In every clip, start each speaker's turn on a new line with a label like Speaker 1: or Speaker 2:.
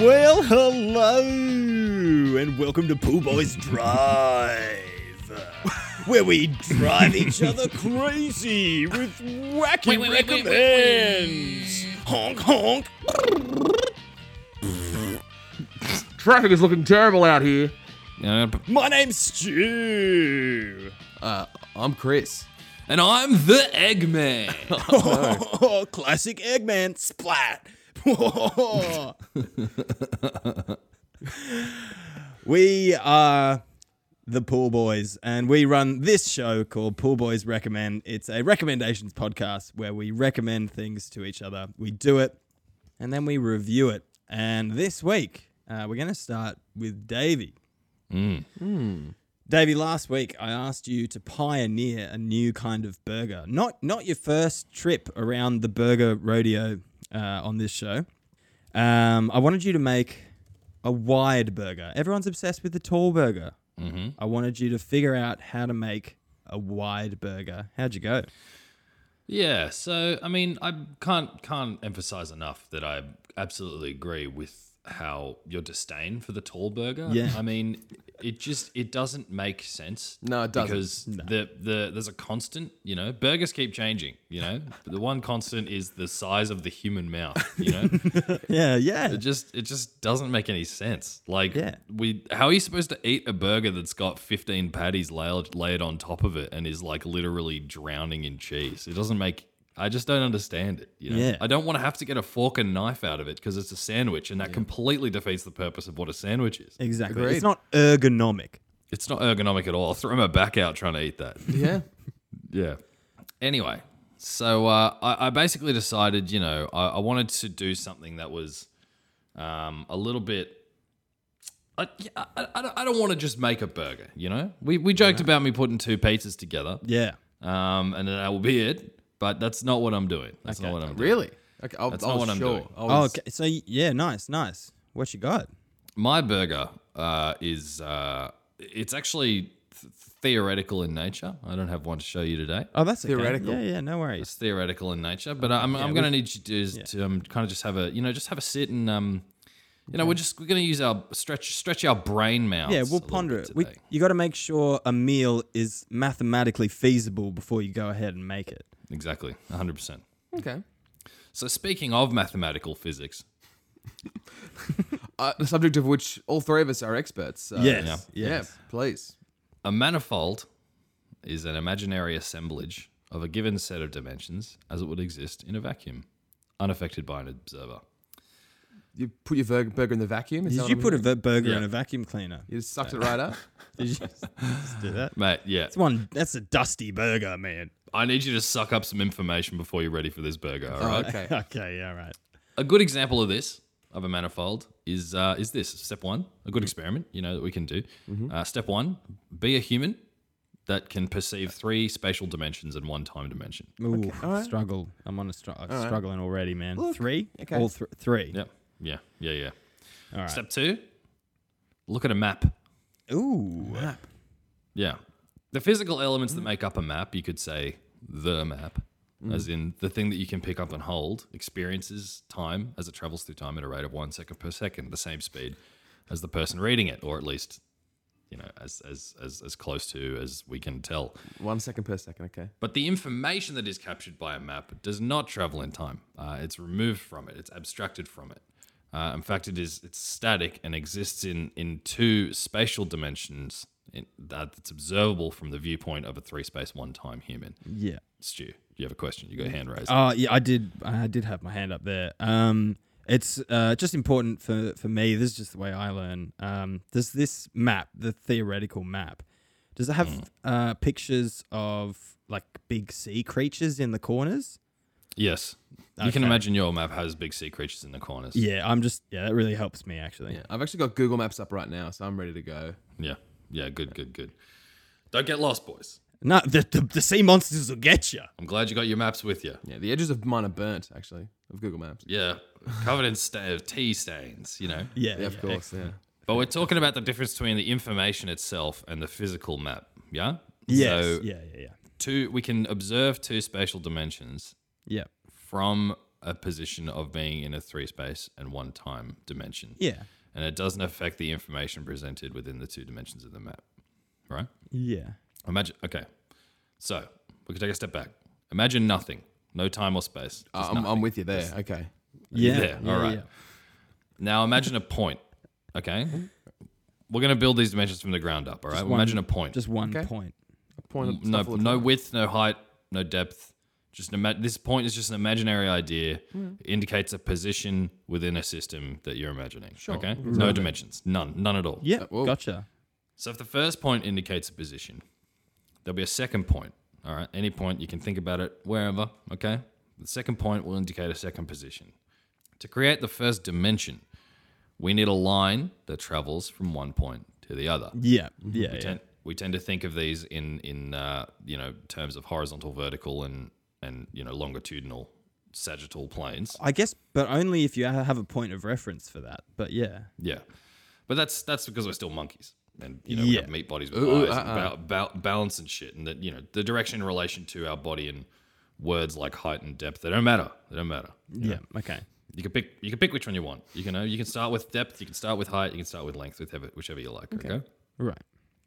Speaker 1: Well, hello, and welcome to Pooh Boys Drive, where we drive each other crazy with wacky
Speaker 2: Wait, wait, wait, wait, wait,
Speaker 1: recommends. Honk, honk.
Speaker 3: Traffic is looking terrible out here.
Speaker 2: Uh, p-
Speaker 1: My name's Stu.
Speaker 4: I'm Chris.
Speaker 2: and I'm the Eggman.
Speaker 1: Oh, Classic Eggman splat. we are the Pool Boys, and we run this show called Pool Boys Recommend. It's a recommendations podcast where we recommend things to each other. We do it, and then we review it. And this week, uh, we're going to start with Davey. Davey, last week I asked you to pioneer a new kind of burger. Not not your first trip around the burger rodeo uh, on this show. Um, I wanted you to make a wide burger. Everyone's obsessed with the tall burger. Mm-hmm. I wanted you to figure out how to make a wide burger. How'd you go?
Speaker 2: yeah, so I mean, I can't can't emphasize enough that I absolutely agree with how your disdain for the tall burger.
Speaker 1: Yeah.
Speaker 2: I mean, it just it doesn't make sense.
Speaker 4: No, it doesn't.
Speaker 2: Because the the there's a constant, you know, burgers keep changing, you know. But the one constant is the size of the human mouth, you know.
Speaker 1: Yeah, yeah.
Speaker 2: It just it just doesn't make any sense. Like
Speaker 1: Yeah.
Speaker 2: we how are you supposed to eat a burger that's got 15 patties layered layered on top of it and is like literally drowning in cheese? It doesn't make I just don't understand it. You know?
Speaker 1: Yeah.
Speaker 2: I don't want to have to get a fork and knife out of it because it's a sandwich and that completely defeats the purpose of what a sandwich is.
Speaker 1: Exactly.
Speaker 4: Agreed.
Speaker 1: It's not ergonomic.
Speaker 2: It's not ergonomic at all. I'll throw my back out trying to eat that.
Speaker 4: Yeah.
Speaker 2: Yeah. Anyway, so uh, I, I basically decided, you know, I, I wanted to do something that was um, a little bit. I, I, I don't- I don't want to just make a burger, you know? We, we joked about me putting two pizzas together,
Speaker 1: Yeah.
Speaker 2: um, and that will be it, but that's not what I'm doing. That's not what I'm doing.
Speaker 4: Really? Okay, I,
Speaker 2: That's
Speaker 4: I
Speaker 2: not
Speaker 4: was
Speaker 2: what I'm
Speaker 4: sure.
Speaker 2: doing.
Speaker 4: I
Speaker 1: Oh,
Speaker 4: was,
Speaker 1: okay. So yeah, nice, nice. What you got?
Speaker 2: my burger uh, is uh, it's actually th- theoretical in nature. I don't have one to show you today.
Speaker 1: Oh, that's okay.
Speaker 4: Theoretical.
Speaker 1: Yeah, yeah. No worries.
Speaker 2: It's theoretical in nature, but I'm, I'm going to need you to, is to um, kind of just have a you know just have a sit and um, you know we're just we're going to use our stretch stretch our brain mouths.
Speaker 1: Yeah,
Speaker 2: a
Speaker 1: we'll
Speaker 2: little
Speaker 1: ponder
Speaker 2: bit
Speaker 1: it. We,
Speaker 2: today.
Speaker 1: you got to make sure a meal is mathematically feasible before you go ahead and make it.
Speaker 2: exactly, 100. percent
Speaker 4: okay.
Speaker 2: So speaking of mathematical physics,
Speaker 4: Uh, the subject of which all three of us are experts. So
Speaker 1: Yes,
Speaker 4: Oh, Yeah.
Speaker 1: yes.
Speaker 4: Please.
Speaker 2: a manifold is an imaginary assemblage of a given set of dimensions as it would exist in a vacuum, unaffected by an observer.
Speaker 4: You put your burger, burger in the vacuum. Is
Speaker 1: Did
Speaker 4: that what
Speaker 1: you
Speaker 4: I'm
Speaker 1: put a
Speaker 4: hearing?
Speaker 1: v- burger in
Speaker 2: Yeah.
Speaker 1: a vacuum cleaner?
Speaker 4: You just sucked it right up.
Speaker 1: Did you just, just do that?
Speaker 2: Mate, yeah,
Speaker 1: It's one. That's a dusty burger, man.
Speaker 2: I need you to suck up some information before you're ready for this burger. All right.
Speaker 4: Okay.
Speaker 1: Okay, yeah, right.
Speaker 2: A good example of this, of a manifold, is uh, is this step one? A good experiment, you know, that we can do.
Speaker 1: Mm-hmm.
Speaker 2: Uh, step one: be a human that can perceive three spatial dimensions and one time dimension.
Speaker 1: Ooh, struggle. I'm on a struggle. Struggling already, man. three.
Speaker 4: okay.
Speaker 1: All thr three.
Speaker 2: Yep. Yeah. Yeah. Yeah.
Speaker 1: All right.
Speaker 2: Step two: look at a map.
Speaker 1: Ooh.
Speaker 2: Yeah. The physical elements that make up a map, you could say the map, as in the thing that you can pick up and hold, experiences time as it travels through time at a rate of one second per second, the same speed as the person reading it, or at least, you know, as as as, as close to as we can tell.
Speaker 4: One second per second. Okay.
Speaker 2: But the information that is captured by a map does not travel in time. Uh, it's removed from it. It's abstracted from it. Uh, in fact, it is it's static and exists in in two spatial dimensions in, that it's observable from the viewpoint of a three space one time human.
Speaker 1: Yeah.
Speaker 2: Stu, you have a question. You got a hand raised.
Speaker 1: Oh yeah, I did. I did have my hand up there. Um, it's uh, just important for for me. This is just the way I learn. Um, does this map, the theoretical map, does it have
Speaker 4: Hmm.
Speaker 1: uh, pictures of like big sea creatures in the corners?
Speaker 2: yes, you can imagine your map has big sea creatures in the corners.
Speaker 1: Yeah, I'm just yeah. That really helps me actually.
Speaker 4: Yeah. I've actually got Google Maps up right now, so I'm ready to go.
Speaker 2: yeah, yeah. Good, good, good. Don't get lost, boys.
Speaker 1: No, the, the, the sea monsters will get you.
Speaker 2: I'm glad you got your maps with you.
Speaker 4: Yeah, the edges of mine are burnt actually of Google Maps.
Speaker 2: Yeah, covered in sta- tea stains, you know.
Speaker 1: Yeah,
Speaker 4: Yeah,
Speaker 1: yeah.
Speaker 4: of course. Yeah.
Speaker 2: But we're talking about the difference between the information itself and the physical map. Yeah.
Speaker 1: Yes.
Speaker 2: So
Speaker 1: yeah, yeah, yeah.
Speaker 2: two, we can observe two spatial dimensions
Speaker 1: Yeah.
Speaker 2: from a position of being in a three space and one time dimension.
Speaker 1: Yeah.
Speaker 2: And it doesn't affect the information presented within the two dimensions of the map, right?
Speaker 1: Yeah.
Speaker 2: Imagine. Okay. So we can take a step back. Imagine nothing, no time or space. just
Speaker 4: Uh, I'm, I'm with you there. Okay.
Speaker 1: Yeah.
Speaker 2: there.
Speaker 1: yeah,
Speaker 2: All right.
Speaker 1: yeah.
Speaker 2: Now imagine a point. Okay. We're going to build these dimensions from the ground up. All right.
Speaker 1: one-
Speaker 2: imagine a point.
Speaker 1: Just one
Speaker 4: Okay.
Speaker 1: point.
Speaker 4: A point of
Speaker 2: no,
Speaker 4: stuff all the
Speaker 2: no
Speaker 4: time.
Speaker 2: width, no height, no depth. Just an ima- this point is just an imaginary idea. It indicates a position within a system that you're imagining. Sure. Okay. No dimensions. None. None at all.
Speaker 1: Yeah.
Speaker 4: whoa.
Speaker 1: gotcha.
Speaker 2: So if the first point indicates a position, there'll be a second point. All right, any point you can think about it wherever. Okay, the second point will indicate a second position. To create the first dimension, we need a line that travels from one point to the other.
Speaker 1: Yeah. Yeah. Mm-hmm. yeah.
Speaker 2: Ten- we tend to think of these in in uh, you know terms of horizontal, vertical, and and you know longitudinal, sagittal planes.
Speaker 1: I guess, but only if you ha- have a point of reference for that. But yeah.
Speaker 2: Yeah, but that's that's because we're still monkeys, and you know we
Speaker 1: Yeah.
Speaker 2: have meat bodies with
Speaker 4: Ooh,
Speaker 2: eyes,
Speaker 4: uh,
Speaker 2: and ba- ba- balance and shit, and that you know the direction in relation to our body and words like height and depth they don't matter. They don't matter.
Speaker 1: Yeah. Okay.
Speaker 2: You can pick you can pick which one you want. You can know you can start with depth, you can start with height, you can start with length, whichever whichever you like. okay?
Speaker 1: Right.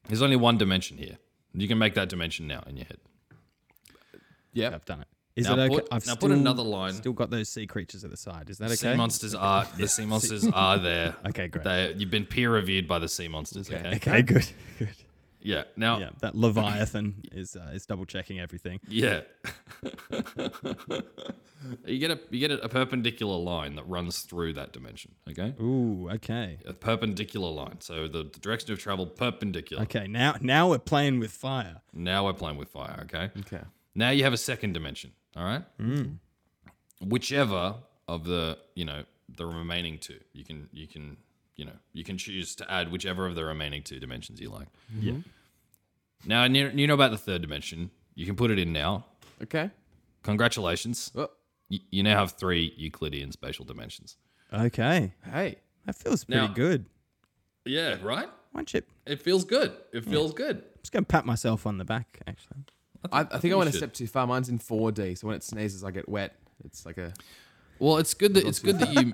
Speaker 2: There's only one dimension here. You can make that dimension now in your head.
Speaker 4: Yep.
Speaker 1: I've done it. Is
Speaker 2: Now
Speaker 1: it okay?
Speaker 2: put- now put another line.
Speaker 1: Still got those sea creatures at the side. Is that okay?
Speaker 2: Sea monsters are the sea monsters are there.
Speaker 1: Okay, great.
Speaker 2: They, you've been peer reviewed by the sea monsters. Okay.
Speaker 1: Okay. Oh. Good. Good.
Speaker 2: Yeah. Now.
Speaker 1: Yeah. That leviathan is uh, is double checking everything.
Speaker 2: Yeah. you get a you get a, a perpendicular line that runs through that dimension. Okay.
Speaker 1: Ooh. Okay.
Speaker 2: A perpendicular line. So the, the direction of travel perpendicular.
Speaker 1: Okay. Now now we're playing with fire.
Speaker 2: Now we're playing with fire. Okay.
Speaker 4: Okay.
Speaker 2: Now you have a second dimension. All right. Whichever of the you know the remaining two, you can you can you know you can choose to add whichever of the remaining two dimensions you like.
Speaker 1: Yeah.
Speaker 2: Now and you, you know about the third dimension. You can put it in now.
Speaker 4: Okay.
Speaker 2: Congratulations.
Speaker 4: Well,
Speaker 2: you, you now have three Euclidean spatial dimensions.
Speaker 1: Okay.
Speaker 4: hey.
Speaker 1: That feels pretty
Speaker 2: Now-
Speaker 1: good.
Speaker 2: Yeah, right?
Speaker 1: One chip.
Speaker 2: It feels good. It feels good.
Speaker 1: I'm just gonna pat myself on the back. Actually.
Speaker 4: I, I think I,
Speaker 2: you
Speaker 4: went a
Speaker 2: should.
Speaker 4: step too far. Mine's in 4D, so when it sneezes, I get wet. It's like a
Speaker 2: Well, it's good that it's good that you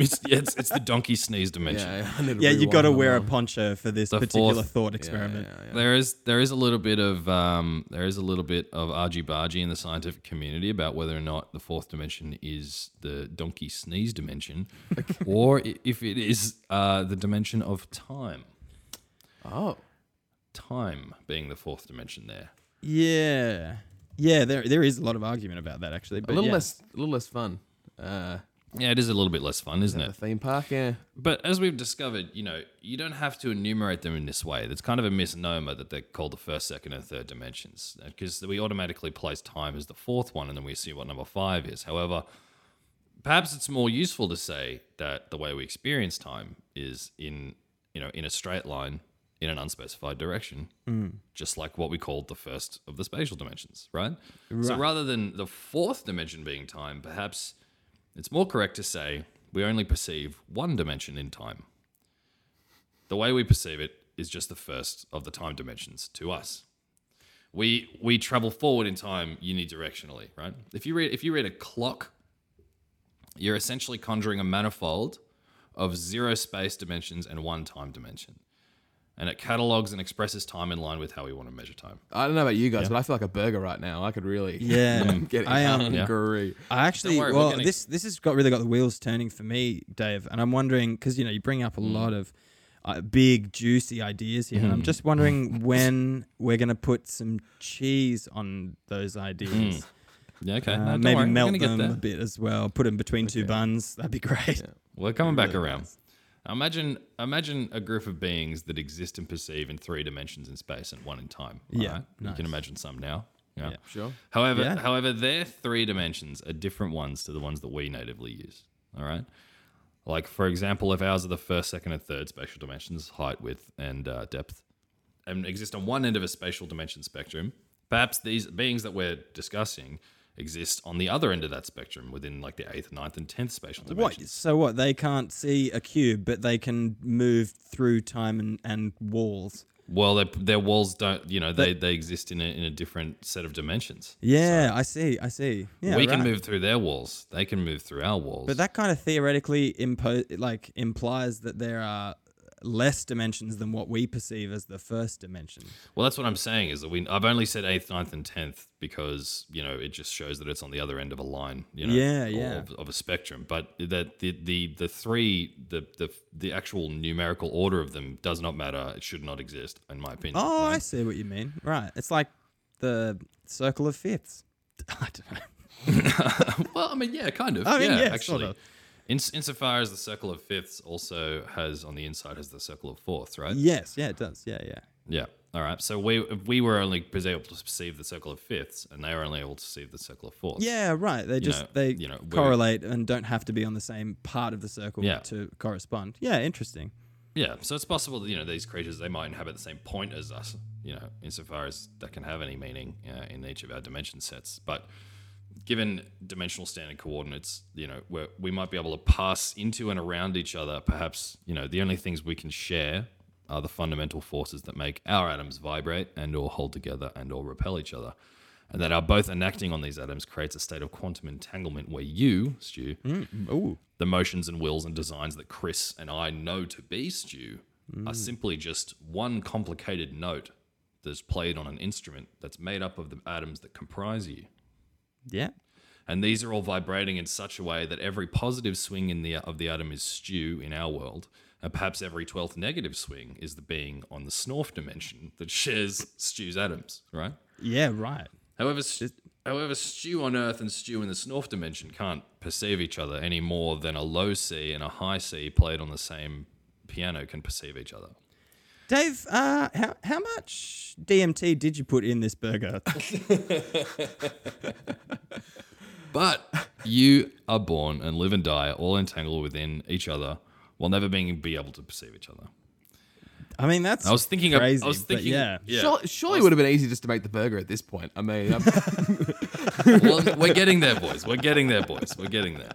Speaker 2: it's, it's, it's the donkey sneeze dimension.
Speaker 4: yeah. I need
Speaker 1: Yeah. You got to
Speaker 4: rewind on
Speaker 1: wear a
Speaker 4: that.
Speaker 1: poncho for this
Speaker 2: The
Speaker 1: particular
Speaker 2: fourth-
Speaker 1: thought experiment.
Speaker 4: Yeah, yeah, yeah.
Speaker 2: There is there is a little bit of um, there is a little bit of argy bargy in the scientific community about whether or not the fourth dimension is the donkey sneeze dimension, or i- if it is uh, the dimension of time.
Speaker 4: Oh,
Speaker 2: Time being the fourth dimension there.
Speaker 1: Yeah. Yeah, there there is a lot of argument about that actually. But
Speaker 4: a little
Speaker 1: yeah.
Speaker 4: less, a little less fun. Uh,
Speaker 2: Yeah, it is a little bit less fun, isn't it?
Speaker 4: the theme park. Yeah.
Speaker 2: But as we've discovered, you know, you don't have to enumerate them in this way. That's kind of a misnomer that they're called the first, second, and third dimensions because we automatically place time as the fourth one and then we see what number five is. However, perhaps it's more useful to say that the way we experience time is in, you know, in a straight line in an unspecified direction, just like what we called the first of the spatial dimensions, right? So rather than the fourth dimension being time, perhaps it's more correct to say we only perceive one dimension in time. The way we perceive it is just the first of the time dimensions to us. We we travel forward in time unidirectionally, right? If you read if you read a clock, you're essentially conjuring a manifold of zero space dimensions and one time dimension. And it catalogs and expresses time in line with how we want to measure time.
Speaker 4: I don't know about you guys, but I feel like a burger right now. I could really.
Speaker 1: Yeah.
Speaker 4: Get
Speaker 1: I um,
Speaker 4: hungry.
Speaker 1: I actually
Speaker 2: worry, we're
Speaker 1: well
Speaker 2: gonna-
Speaker 1: this this has got really got the wheels turning for me, Dave, and I'm wondering cuz you know you bring up a
Speaker 2: Hmm.
Speaker 1: lot of uh, big juicy ideas here. And I'm just wondering when we're going to put some cheese on those ideas.
Speaker 2: Yeah, okay.
Speaker 1: Uh,
Speaker 2: Hmm. No, don't
Speaker 1: maybe
Speaker 2: worry, we're
Speaker 1: melt
Speaker 2: gonna get
Speaker 1: them
Speaker 2: there.
Speaker 1: a bit as well. Put them between two buns. That'd be great.
Speaker 2: We're coming back around. Imagine imagine a group of beings that exist and perceive in three dimensions in space and one in time.
Speaker 1: Yeah,
Speaker 2: alright? You can imagine some now. Yeah.
Speaker 4: Sure.
Speaker 2: However,
Speaker 1: Yeah.
Speaker 2: however, their three dimensions are different ones to the ones that we natively use. All right. Like for example, if ours are the first, second, and third spatial dimensions, height, width, and uh, depth, and exist on one end of a spatial dimension spectrum, Perhaps these beings that we're discussing exist on the other end of that spectrum within like the eighth, ninth, and tenth spatial
Speaker 1: What?
Speaker 2: dimensions.
Speaker 1: So what? They can't see a cube, but they can move through time and, and walls.
Speaker 2: Well, they, their walls don't, you know, they, they exist in a, in a different set of dimensions.
Speaker 1: Yeah, I see. I see. Yeah,
Speaker 2: we
Speaker 1: right.
Speaker 2: can move through their walls. They can move through our walls.
Speaker 1: But that kind of theoretically impo- like implies that there are less dimensions than what we perceive as the first dimension.
Speaker 2: well, that's what I'm saying is that we. I've only said eighth, ninth, and tenth because you know it just shows that it's on the other end of a line. You know,
Speaker 1: Yeah,
Speaker 2: or
Speaker 1: yeah.
Speaker 2: Of, of a spectrum. But that the the the three the the the actual numerical order of them does not matter. It should not exist, in my opinion.
Speaker 1: Oh, I
Speaker 2: Right?
Speaker 1: see what you mean. Right. It's like the circle of fifths. I don't know.
Speaker 2: well, I mean, yeah, kind of.
Speaker 1: I mean,
Speaker 2: yeah,
Speaker 1: yeah, sort
Speaker 2: actually.
Speaker 1: of.
Speaker 2: In, insofar as the circle of fifths also has on the inside has the circle of fourths, right?
Speaker 1: Yes, yeah, it does. Yeah, yeah.
Speaker 2: Yeah. All right. So we we were only was able to perceive the circle of fifths, and they were only able to perceive the circle of fourths.
Speaker 1: Yeah, right. They just
Speaker 2: know-
Speaker 1: they
Speaker 2: you know, we're-
Speaker 1: correlate and don't have to be on the same part of the circle
Speaker 2: Yeah.
Speaker 1: to correspond. Yeah, interesting.
Speaker 2: Yeah. So it's possible that you know these creatures they might inhabit the same point as us. You know, insofar as that can have any meaning uh, in each of our dimension sets, but given dimensional standard coordinates, you know, we're, we might be able to pass into and around each other. Perhaps you know the only things we can share are the fundamental forces that make our atoms vibrate and or hold together and or repel each other. And that our both enacting on these atoms creates a state of quantum entanglement where you, Stu,
Speaker 1: Ooh.
Speaker 2: the motions and wills and designs that Chris and I know to be stew are simply just one complicated note that's played on an instrument that's made up of the atoms that comprise you.
Speaker 1: Yeah.
Speaker 2: And these are all vibrating in such a way that every positive swing in the of the atom is stew in our world, and perhaps every twelfth negative swing is the being on the snorf dimension that shares stew's atoms, right?
Speaker 1: Yeah, right.
Speaker 2: However, s- however, stew on Earth and stew in the Snorf dimension can't perceive each other any more than a low C and a high C played on the same piano can perceive each other.
Speaker 1: Dave, uh, how, how much DMT did you put in this burger?
Speaker 2: But you are born and live and die all entangled within each other while never being be able to perceive each other.
Speaker 1: I mean, that's
Speaker 2: I was thinking. of-
Speaker 1: crazy.
Speaker 2: I was
Speaker 1: but
Speaker 2: thinking.
Speaker 1: yeah.
Speaker 4: Surely, surely it would have been easy just to make the burger at this point. I mean, I'm,
Speaker 2: well, we're getting there, boys. We're getting there, boys. We're getting there.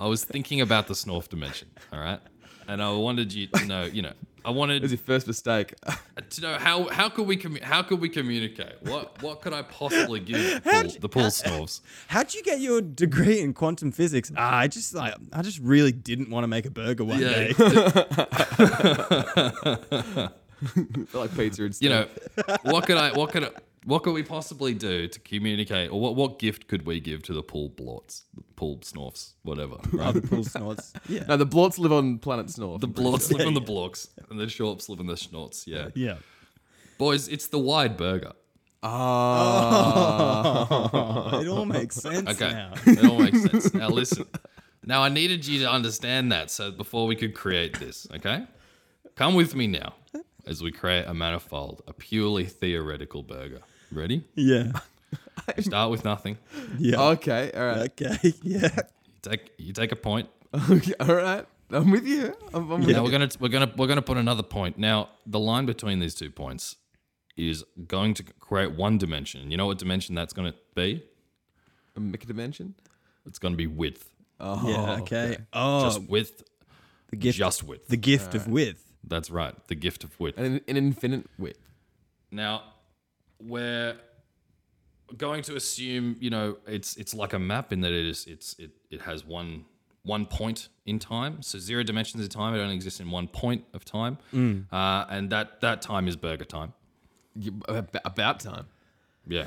Speaker 2: I was thinking about the Snorf dimension. All right, and I wanted you to know. You know, I wanted.
Speaker 4: was your first mistake.
Speaker 2: to know how how could we commu- how could we communicate? What what could I possibly give the pool, the pool snorves?
Speaker 1: How'd you get your degree in quantum physics? Ah, I just like I just really didn't want to make a burger one
Speaker 2: Yeah,
Speaker 1: day.
Speaker 4: I feel like pizza and stuff.
Speaker 2: you know, what could I what could I, what could we possibly do to communicate, or what what gift could we give to the pool blorts, the pool snorfs, whatever? Right?
Speaker 1: Other pool snorts. Yeah.
Speaker 4: no, the blorts live on planet Snorf.
Speaker 2: the blorts live on the blorks, and the shorps live on the schnorts. Yeah.
Speaker 1: Yeah.
Speaker 2: boys, it's the wide burger.
Speaker 1: it all makes sense
Speaker 2: Okay,
Speaker 1: now.
Speaker 2: it all makes sense. Now listen. Now I needed you to understand that so before we could create this, okay? Come with me now as we create a manifold, a purely theoretical burger. Ready?
Speaker 1: Yeah.
Speaker 2: Start with nothing.
Speaker 1: Yeah.
Speaker 4: Okay, all right.
Speaker 1: Okay. Yeah.
Speaker 2: You take you take a point.
Speaker 4: Okay, all right. I'm with you. I'm, I'm
Speaker 2: Now
Speaker 4: with
Speaker 2: we're gonna we're gonna we're gonna put another point. Now the line between these two points is going to create one dimension. You know what dimension that's gonna be?
Speaker 4: you. Make a dimension.
Speaker 2: It's gonna be width.
Speaker 1: yeah. Okay. Oh,
Speaker 2: Just width.
Speaker 1: the gift.
Speaker 2: Just width.
Speaker 1: the gift of width.
Speaker 2: that's right. The gift of width.
Speaker 4: An, an infinite width.
Speaker 2: Now, we're going to assume, you know, it's it's like a map in that it is it's it it has one one point in time. So zero dimensions in time. It only exists in one point of time, uh, and that that time is burger time.
Speaker 4: You- ab- About time.
Speaker 2: Yeah.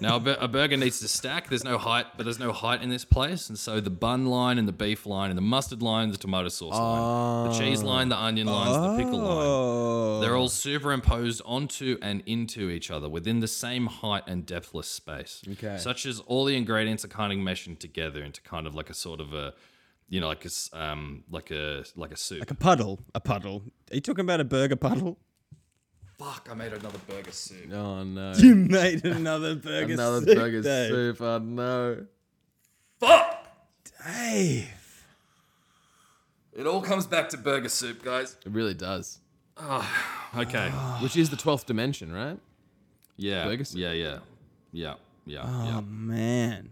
Speaker 2: Now a, bur- a burger needs to stack. There's no height, but there's no height in this place, and so the bun line and the beef line and the mustard line, the tomato sauce line, the cheese line, the onion lines, the pickle line.
Speaker 1: Oh.
Speaker 2: They're all superimposed onto and into each other within the same height and depthless space.
Speaker 4: Okay.
Speaker 2: Such as all the ingredients are kind of meshing together into kind of like a sort of a, you know, like a s- um, like a like a soup.
Speaker 1: A puddle. A puddle. Are you talking about a burger puddle?
Speaker 2: Fuck! I made another burger soup.
Speaker 4: Oh no.
Speaker 1: You made another burger.
Speaker 4: Another
Speaker 1: soup,
Speaker 4: burger
Speaker 1: Dave.
Speaker 4: soup. Oh no.
Speaker 1: Dave.
Speaker 2: It all comes back to burger soup, guys.
Speaker 4: It really does.
Speaker 2: Okay.
Speaker 4: Which is the twelfth dimension, right?
Speaker 2: Yeah.
Speaker 4: Ferguson.
Speaker 2: Yeah, yeah. Yeah. Yeah.
Speaker 1: Oh
Speaker 2: yeah.
Speaker 1: man,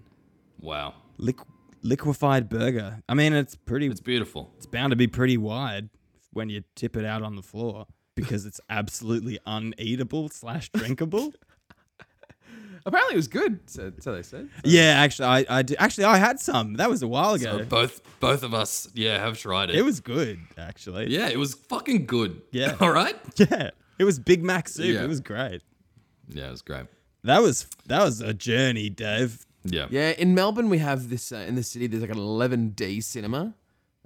Speaker 2: Wow.
Speaker 1: Liqu- liquefied burger. I mean, it's pretty.
Speaker 2: It's beautiful.
Speaker 1: It's bound to be pretty wide when you tip it out on the floor because it's absolutely uneatable slash drinkable.
Speaker 4: Apparently, it was good. So, so they said.
Speaker 1: yeah, actually, I, I did, actually I had some. That was a while ago.
Speaker 2: Uh, both both of us, yeah, have tried it.
Speaker 1: it was good, actually.
Speaker 2: yeah, it was fucking good.
Speaker 1: Yeah.
Speaker 2: All right.
Speaker 1: Yeah. It was Big Mac soup.
Speaker 2: Yeah.
Speaker 1: It was great.
Speaker 2: Yeah, it was great.
Speaker 1: That was that was a journey, Dave.
Speaker 2: Yeah.
Speaker 4: Yeah, in Melbourne we have this uh, in the city. There's like an 11D cinema.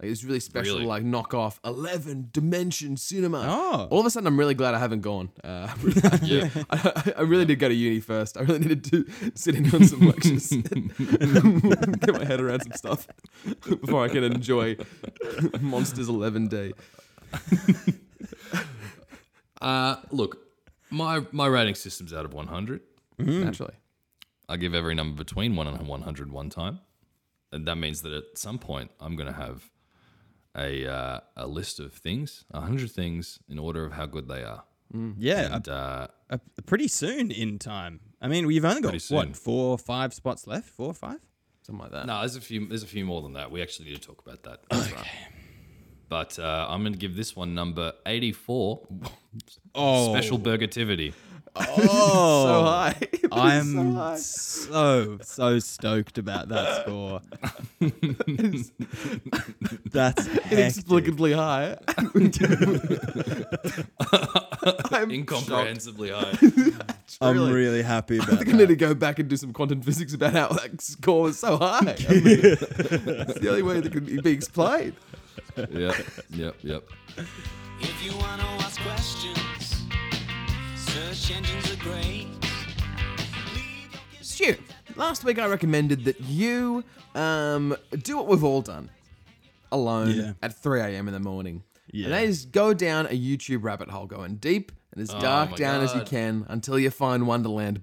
Speaker 4: Like it's really special,
Speaker 2: Really?
Speaker 4: like knockoff 11 dimension cinema.
Speaker 1: Oh.
Speaker 4: all of a sudden I'm really glad I haven't gone. Uh, I really-
Speaker 2: Yeah.
Speaker 4: I, I really did go to uni first. I really needed to sit in on some lectures, get my head around some stuff before I can enjoy Monsters 11D.
Speaker 2: Uh, look, my my rating system's out of 100.
Speaker 1: Mm.
Speaker 4: Naturally,
Speaker 2: I give every number between 1 and 100 one time. And that means that at some point I'm going to have a uh, a list of things, 100 things in order of how good they are.
Speaker 1: Yeah,
Speaker 2: And uh,
Speaker 1: a, a- pretty soon in time. I mean, we've only got
Speaker 2: Pretty soon.
Speaker 1: what four, or five spots left. Four or five.
Speaker 4: something like that.
Speaker 2: no, there's a few there's a few more than that. We actually need to talk about that. Okay. But uh, I'm going to give this one number 84.
Speaker 1: Oh,
Speaker 2: Special burgativity.
Speaker 1: Oh,
Speaker 4: So high.
Speaker 1: I'm so so stoked about that score. That's hectic.
Speaker 4: inexplicably high. I'm
Speaker 2: Incomprehensibly high.
Speaker 1: I'm
Speaker 4: really-
Speaker 1: really happy about
Speaker 4: I think I need
Speaker 1: that.
Speaker 4: to go back and do some quantum physics about how that score was so high. I mean, it's the only way that could be explained.
Speaker 2: yep, yep, yep.
Speaker 5: If you wanna ask questions, search engines are great.
Speaker 4: Stu, last week I recommended that you um, do what we've all done alone
Speaker 1: Yeah.
Speaker 4: at 3 a.m. in the morning.
Speaker 1: Yeah.
Speaker 4: And that is go down a YouTube rabbit hole, going deep and as dark
Speaker 2: Oh my
Speaker 4: down as you
Speaker 2: God.
Speaker 4: can until you find Wonderland,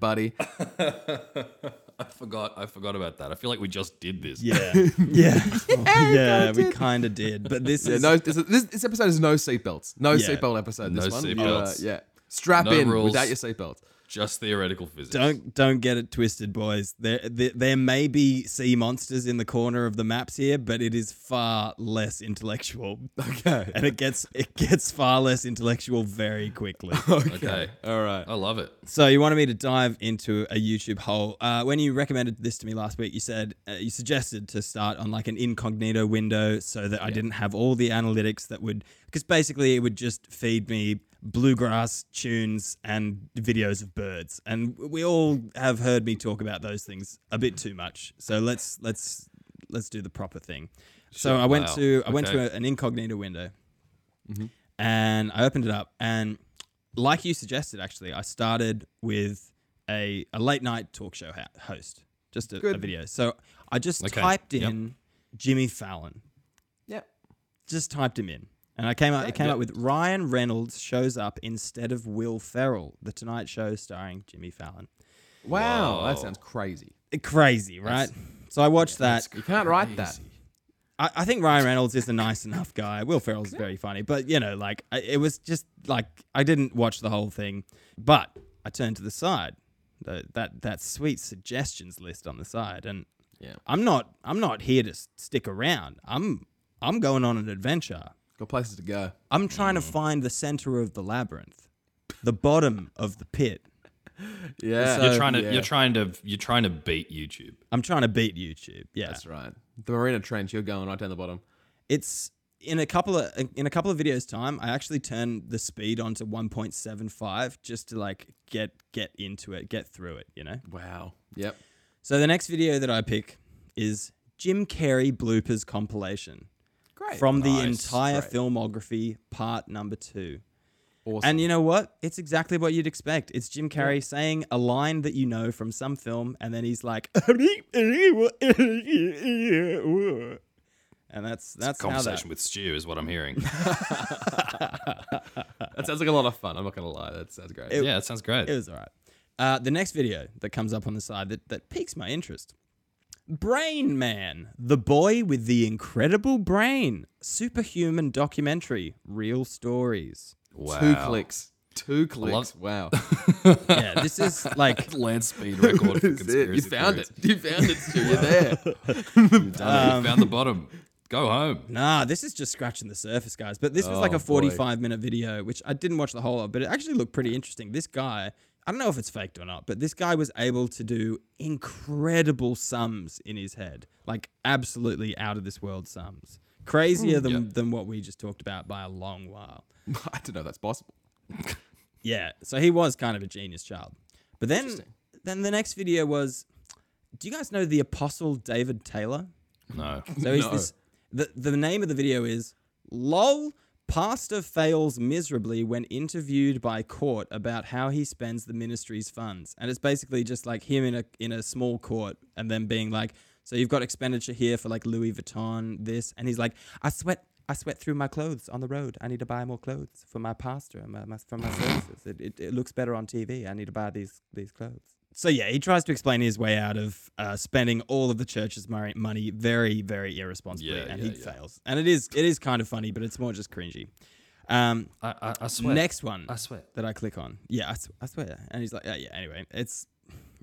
Speaker 4: buddy.
Speaker 2: I forgot. I forgot about that. I feel like we just did this.
Speaker 1: Yeah, yeah, yeah.
Speaker 4: kinda
Speaker 1: we
Speaker 4: did.
Speaker 1: kind of did, but this
Speaker 4: Yeah,
Speaker 1: is
Speaker 4: no, this, this, this episode is no seatbelts. No
Speaker 1: Yeah.
Speaker 4: seatbelt episode. This
Speaker 2: No
Speaker 4: one.
Speaker 2: seatbelts.
Speaker 4: Uh, yeah. Strap
Speaker 2: No
Speaker 4: in
Speaker 2: rules.
Speaker 4: without your seatbelt.
Speaker 2: Just theoretical physics.
Speaker 1: Don't don't get it twisted, boys. There, there there may be sea monsters in the corner of the maps here, but it is far less intellectual.
Speaker 4: Okay.
Speaker 1: And it gets it gets far less intellectual very quickly.
Speaker 2: Okay.
Speaker 4: All right.
Speaker 2: I love it.
Speaker 1: so you wanted me to dive into a YouTube hole. Uh, when you recommended this to me last week, you said uh, you suggested to start on like an incognito window so that I didn't have all the analytics that would because basically it would just feed me bluegrass tunes and videos of birds, and we all have heard me talk about those things a bit too much. So let's let's let's do the proper thing. So I went
Speaker 2: wow.
Speaker 1: to I went
Speaker 2: Okay.
Speaker 1: to a- an incognito window and I opened it up and like you suggested actually I started with a, a late night talk show ho- host just a, a
Speaker 4: Good.
Speaker 1: video so I just
Speaker 2: Okay,
Speaker 1: typed
Speaker 2: yep.
Speaker 1: in Jimmy Fallon
Speaker 4: Yep.
Speaker 1: just typed him in and I came out it came
Speaker 2: Yep.
Speaker 1: up with Ryan Reynolds shows up instead of Will Ferrell the Tonight Show starring Jimmy Fallon
Speaker 4: Wow, that
Speaker 2: Whoa.
Speaker 4: sounds crazy.
Speaker 1: Eh, crazy right so I watched that
Speaker 4: You can't write that.
Speaker 1: I, I think Ryan Reynolds is a nice enough guy. Will Ferrell's very funny, but you know, like I, it was just like I didn't watch the whole thing, but I turned to the side, the, that that sweet suggestions list on the side, and
Speaker 4: Yeah.
Speaker 1: I'm not I'm not here to s- stick around. I'm I'm going on an adventure.
Speaker 4: Got places to go.
Speaker 1: I'm trying to
Speaker 4: Mm.
Speaker 1: find the center of the labyrinth, the bottom of the pit.
Speaker 4: Yeah,
Speaker 2: You're trying to.
Speaker 4: Yeah.
Speaker 2: You're trying to. You're trying to beat YouTube.
Speaker 1: I'm trying to beat YouTube. Yeah,
Speaker 4: That's right. The Marina Trench. You're going right down the bottom.
Speaker 1: it's in a couple of in a couple of videos time i actually turn the speed onto 1.75 just to like get get into it get through it you know
Speaker 4: Wow. Yep.
Speaker 1: so the next video that i pick is jim carrey bloopers compilation
Speaker 4: Great.
Speaker 1: from the
Speaker 2: Nice.
Speaker 1: entire
Speaker 4: Great.
Speaker 1: filmography part number two
Speaker 4: awesome.
Speaker 1: and you know what it's exactly what you'd expect it's jim carrey saying a line that you know from some film and then he's like and that's that's how that
Speaker 2: Conversation with Stu is what I'm hearing.
Speaker 4: that sounds like a lot of fun. I'm not gonna lie. That sounds great.
Speaker 2: yeah, that sounds great.
Speaker 1: It was all right. Uh, the next video that comes up on the side that, that piques my interest Brain Man, the boy with the incredible brain, superhuman documentary, real stories.
Speaker 2: wow.
Speaker 4: Two clicks. Two clicks. wow.
Speaker 1: yeah, this is like
Speaker 2: Land speed record for
Speaker 4: That's it.
Speaker 2: conspiracy
Speaker 4: You found
Speaker 2: theories.
Speaker 4: it. You found it. Stu. You're there.
Speaker 2: You've done it.
Speaker 1: Um,
Speaker 2: You found the bottom. Go home.
Speaker 1: Nah, this is just scratching the surface, guys. But this was like
Speaker 4: Oh,
Speaker 1: a
Speaker 4: boy.
Speaker 1: 45 minute video, which I didn't watch the whole of, but it actually looked pretty interesting. This guy, I don't know if it's faked or not, but this guy was able to do incredible sums in his head, like absolutely out of this world sums.
Speaker 4: Hmm.
Speaker 1: Crazier than, than what we just talked about by a long while.
Speaker 4: I don't know. if That's possible.
Speaker 1: Yeah, so he was kind of a genius child. But then, then the next video was do you guys know the apostle David Taylor?
Speaker 2: No.
Speaker 1: So he's
Speaker 4: No.
Speaker 1: this the the name of the video is LOL Pastor fails miserably when interviewed by court about how he spends the ministry's funds. And it's basically just like him in a in a small court and then being like, So you've got expenditure here for like Louis Vuitton, this and he's like, I sweat I sweat through my clothes on the road. I need to buy more clothes for my pastor and my, my, for my services. It, it, it looks better on TV. I need to buy these these clothes. So yeah, he tries to explain his way out of uh, spending all of the church's mo- money very, very irresponsibly,
Speaker 2: Yeah,
Speaker 1: and
Speaker 2: yeah,
Speaker 1: he
Speaker 2: yeah.
Speaker 1: fails. And it is it is kind of funny, but it's more just cringy. Um,
Speaker 2: I, I, I swear.
Speaker 1: next one
Speaker 2: I swear.
Speaker 1: that I click on, yeah, I, sw- I swear, and he's like, "Oh, yeah, yeah. Anyway, it's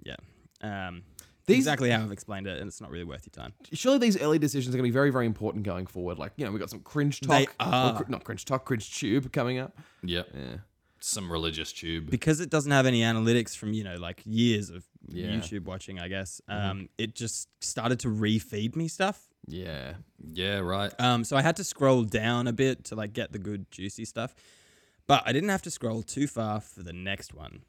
Speaker 1: yeah, um, exactly how I've explained it, and it's not really worth your time.
Speaker 4: Surely these early decisions are going to be very, very important going forward. Like, you know, we got some cringe talk.
Speaker 1: They
Speaker 4: or
Speaker 1: are.
Speaker 4: cr- not cringe talk, cringe tube coming up.
Speaker 2: Yeah.
Speaker 4: Yeah.
Speaker 2: Some religious tube.
Speaker 1: because it doesn't have any analytics from you know like years of
Speaker 4: Yeah.
Speaker 1: YouTube watching, I guess.
Speaker 2: Mm-hmm.
Speaker 1: Um, it just started to refeed me stuff.
Speaker 4: Yeah.
Speaker 2: yeah, right.
Speaker 1: Um, so I had to scroll down a bit to like get the good juicy stuff, but I didn't have to scroll too far for the next one.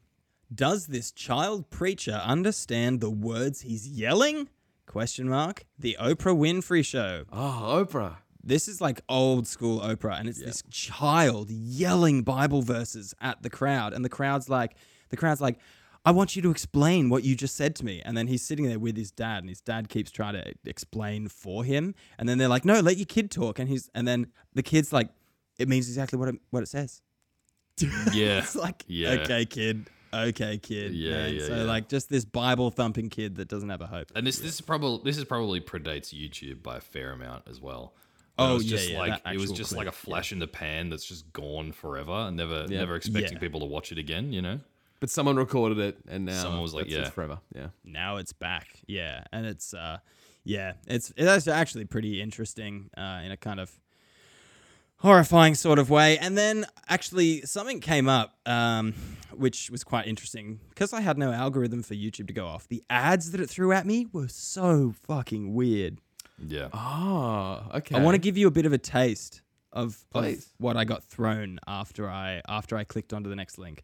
Speaker 1: Does this child preacher understand the words he's yelling? Question mark. The Oprah Winfrey Show.
Speaker 4: Oh, Oprah.
Speaker 1: This is like old school Oprah, and it's this child yelling Bible verses at the crowd, and the crowd's like, the crowd's like, I want you to explain what you just said to me. And then he's sitting there with his dad, and his dad keeps trying to explain for him. And then they're like, No, let your kid talk. And he's, and then the kid's like, It means exactly what it, what it says.
Speaker 2: Yeah.
Speaker 1: It's like,
Speaker 2: Yeah.
Speaker 1: okay, kid, okay, kid.
Speaker 2: Yeah,
Speaker 1: man."
Speaker 2: yeah,
Speaker 1: so
Speaker 2: yeah.
Speaker 1: like, just this Bible thumping kid that doesn't have a hope.
Speaker 2: And this this is probably this is probably predates YouTube by a fair amount as well.
Speaker 1: Oh,
Speaker 2: it was
Speaker 1: yeah,
Speaker 2: just
Speaker 1: yeah,
Speaker 2: like
Speaker 1: that
Speaker 2: it was
Speaker 1: actual
Speaker 2: just
Speaker 1: clip,
Speaker 2: like a flash in the pan that's just gone forever and never never expecting
Speaker 1: Yeah.
Speaker 2: people to watch it again, you know?
Speaker 4: But someone recorded it and now
Speaker 2: Someone was like,
Speaker 4: that's- it's
Speaker 2: yeah.
Speaker 4: forever. Yeah.
Speaker 1: now it's back. Yeah, and it's uh, yeah, it's it's actually pretty interesting uh, in a kind of horrifying sort of way. And then actually something came up um, which was quite interesting because I had no algorithm for YouTube to go off. The ads that it threw at me were so fucking weird.
Speaker 2: Yeah.
Speaker 4: Oh, okay.
Speaker 1: I want to give you a bit of a taste of, of
Speaker 4: Please.
Speaker 1: what I got thrown after I after I clicked onto the next link.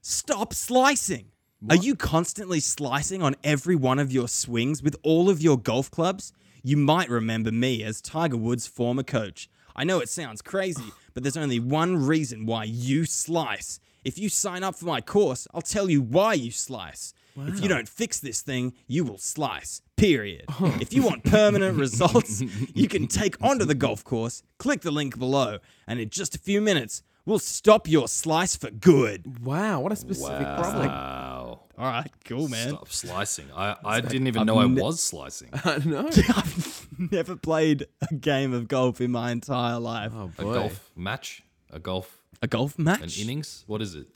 Speaker 1: Stop slicing. Are you constantly slicing on every one of your swings with all of your golf clubs? You might remember me as Tiger Woods' former coach. I know it sounds crazy, but there's only one reason why you slice. If you sign up for my course, I'll tell you why you slice. If you don't fix this thing, you will slice. Period. If you want permanent results, you can take onto the golf course, click the link below, and in just a few minutes, we'll stop your slice for good.
Speaker 4: Wow, what a specific problem.
Speaker 2: Wow.
Speaker 1: All right, cool, man.
Speaker 2: Stop slicing. I, I didn't even know I was slicing. A
Speaker 4: I know.
Speaker 1: I've never played a game of golf in my entire life.
Speaker 4: Oh, boy.
Speaker 2: golf match? A golf
Speaker 1: A golf
Speaker 2: an
Speaker 1: match?
Speaker 2: innings? What is it?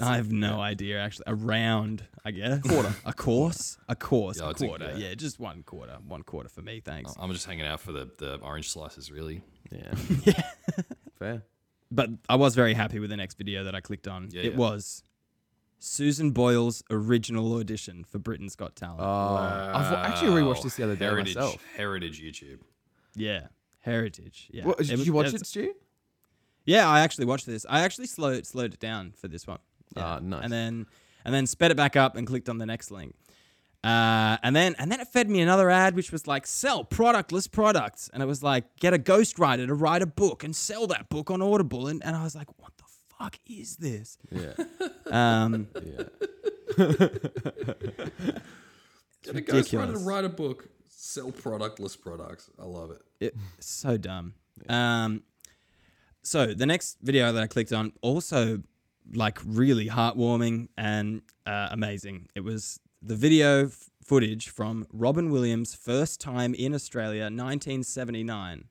Speaker 1: I have no idea, actually. A round, I guess. Quarter. A course? A course.
Speaker 2: Yeah, I
Speaker 1: a
Speaker 2: think,
Speaker 1: quarter.
Speaker 2: yeah.
Speaker 1: yeah. just one quarter. One quarter for me, thanks.
Speaker 2: I'm just hanging out for the, the orange slices, really.
Speaker 4: Yeah. Fair.
Speaker 1: But I was very happy with the next video that I clicked on.
Speaker 2: Yeah,
Speaker 1: it
Speaker 2: yeah.
Speaker 1: was Susan Boyle's original audition for Britain's Got Talent.
Speaker 4: Oh, I've wa- actually
Speaker 2: Wow.
Speaker 4: rewatched this the other day
Speaker 2: Heritage,
Speaker 4: myself.
Speaker 2: Heritage YouTube.
Speaker 1: Yeah. Heritage. Yeah.
Speaker 4: What, did
Speaker 1: was-
Speaker 4: you watch
Speaker 1: it's-
Speaker 4: it, Stu?
Speaker 1: Yeah, I actually watched this. I actually slowed slowed it down for this one. Yeah.
Speaker 4: Ah, nice.
Speaker 1: And then and then sped it back up and clicked on the next link. Uh, and then and then it fed me another ad which was like sell productless products and it was like get a ghostwriter to write a book and sell that book on Audible and, and I was like what the fuck is this?
Speaker 4: Yeah.
Speaker 1: Um,
Speaker 2: Get a
Speaker 1: ghostwriter to
Speaker 2: write a book, sell productless products. I love it.
Speaker 1: It, so dumb. Um, so the next video that I clicked on also like really heartwarming and uh, amazing. It was the video f- footage from Robin Williams' first time in Australia, 1979.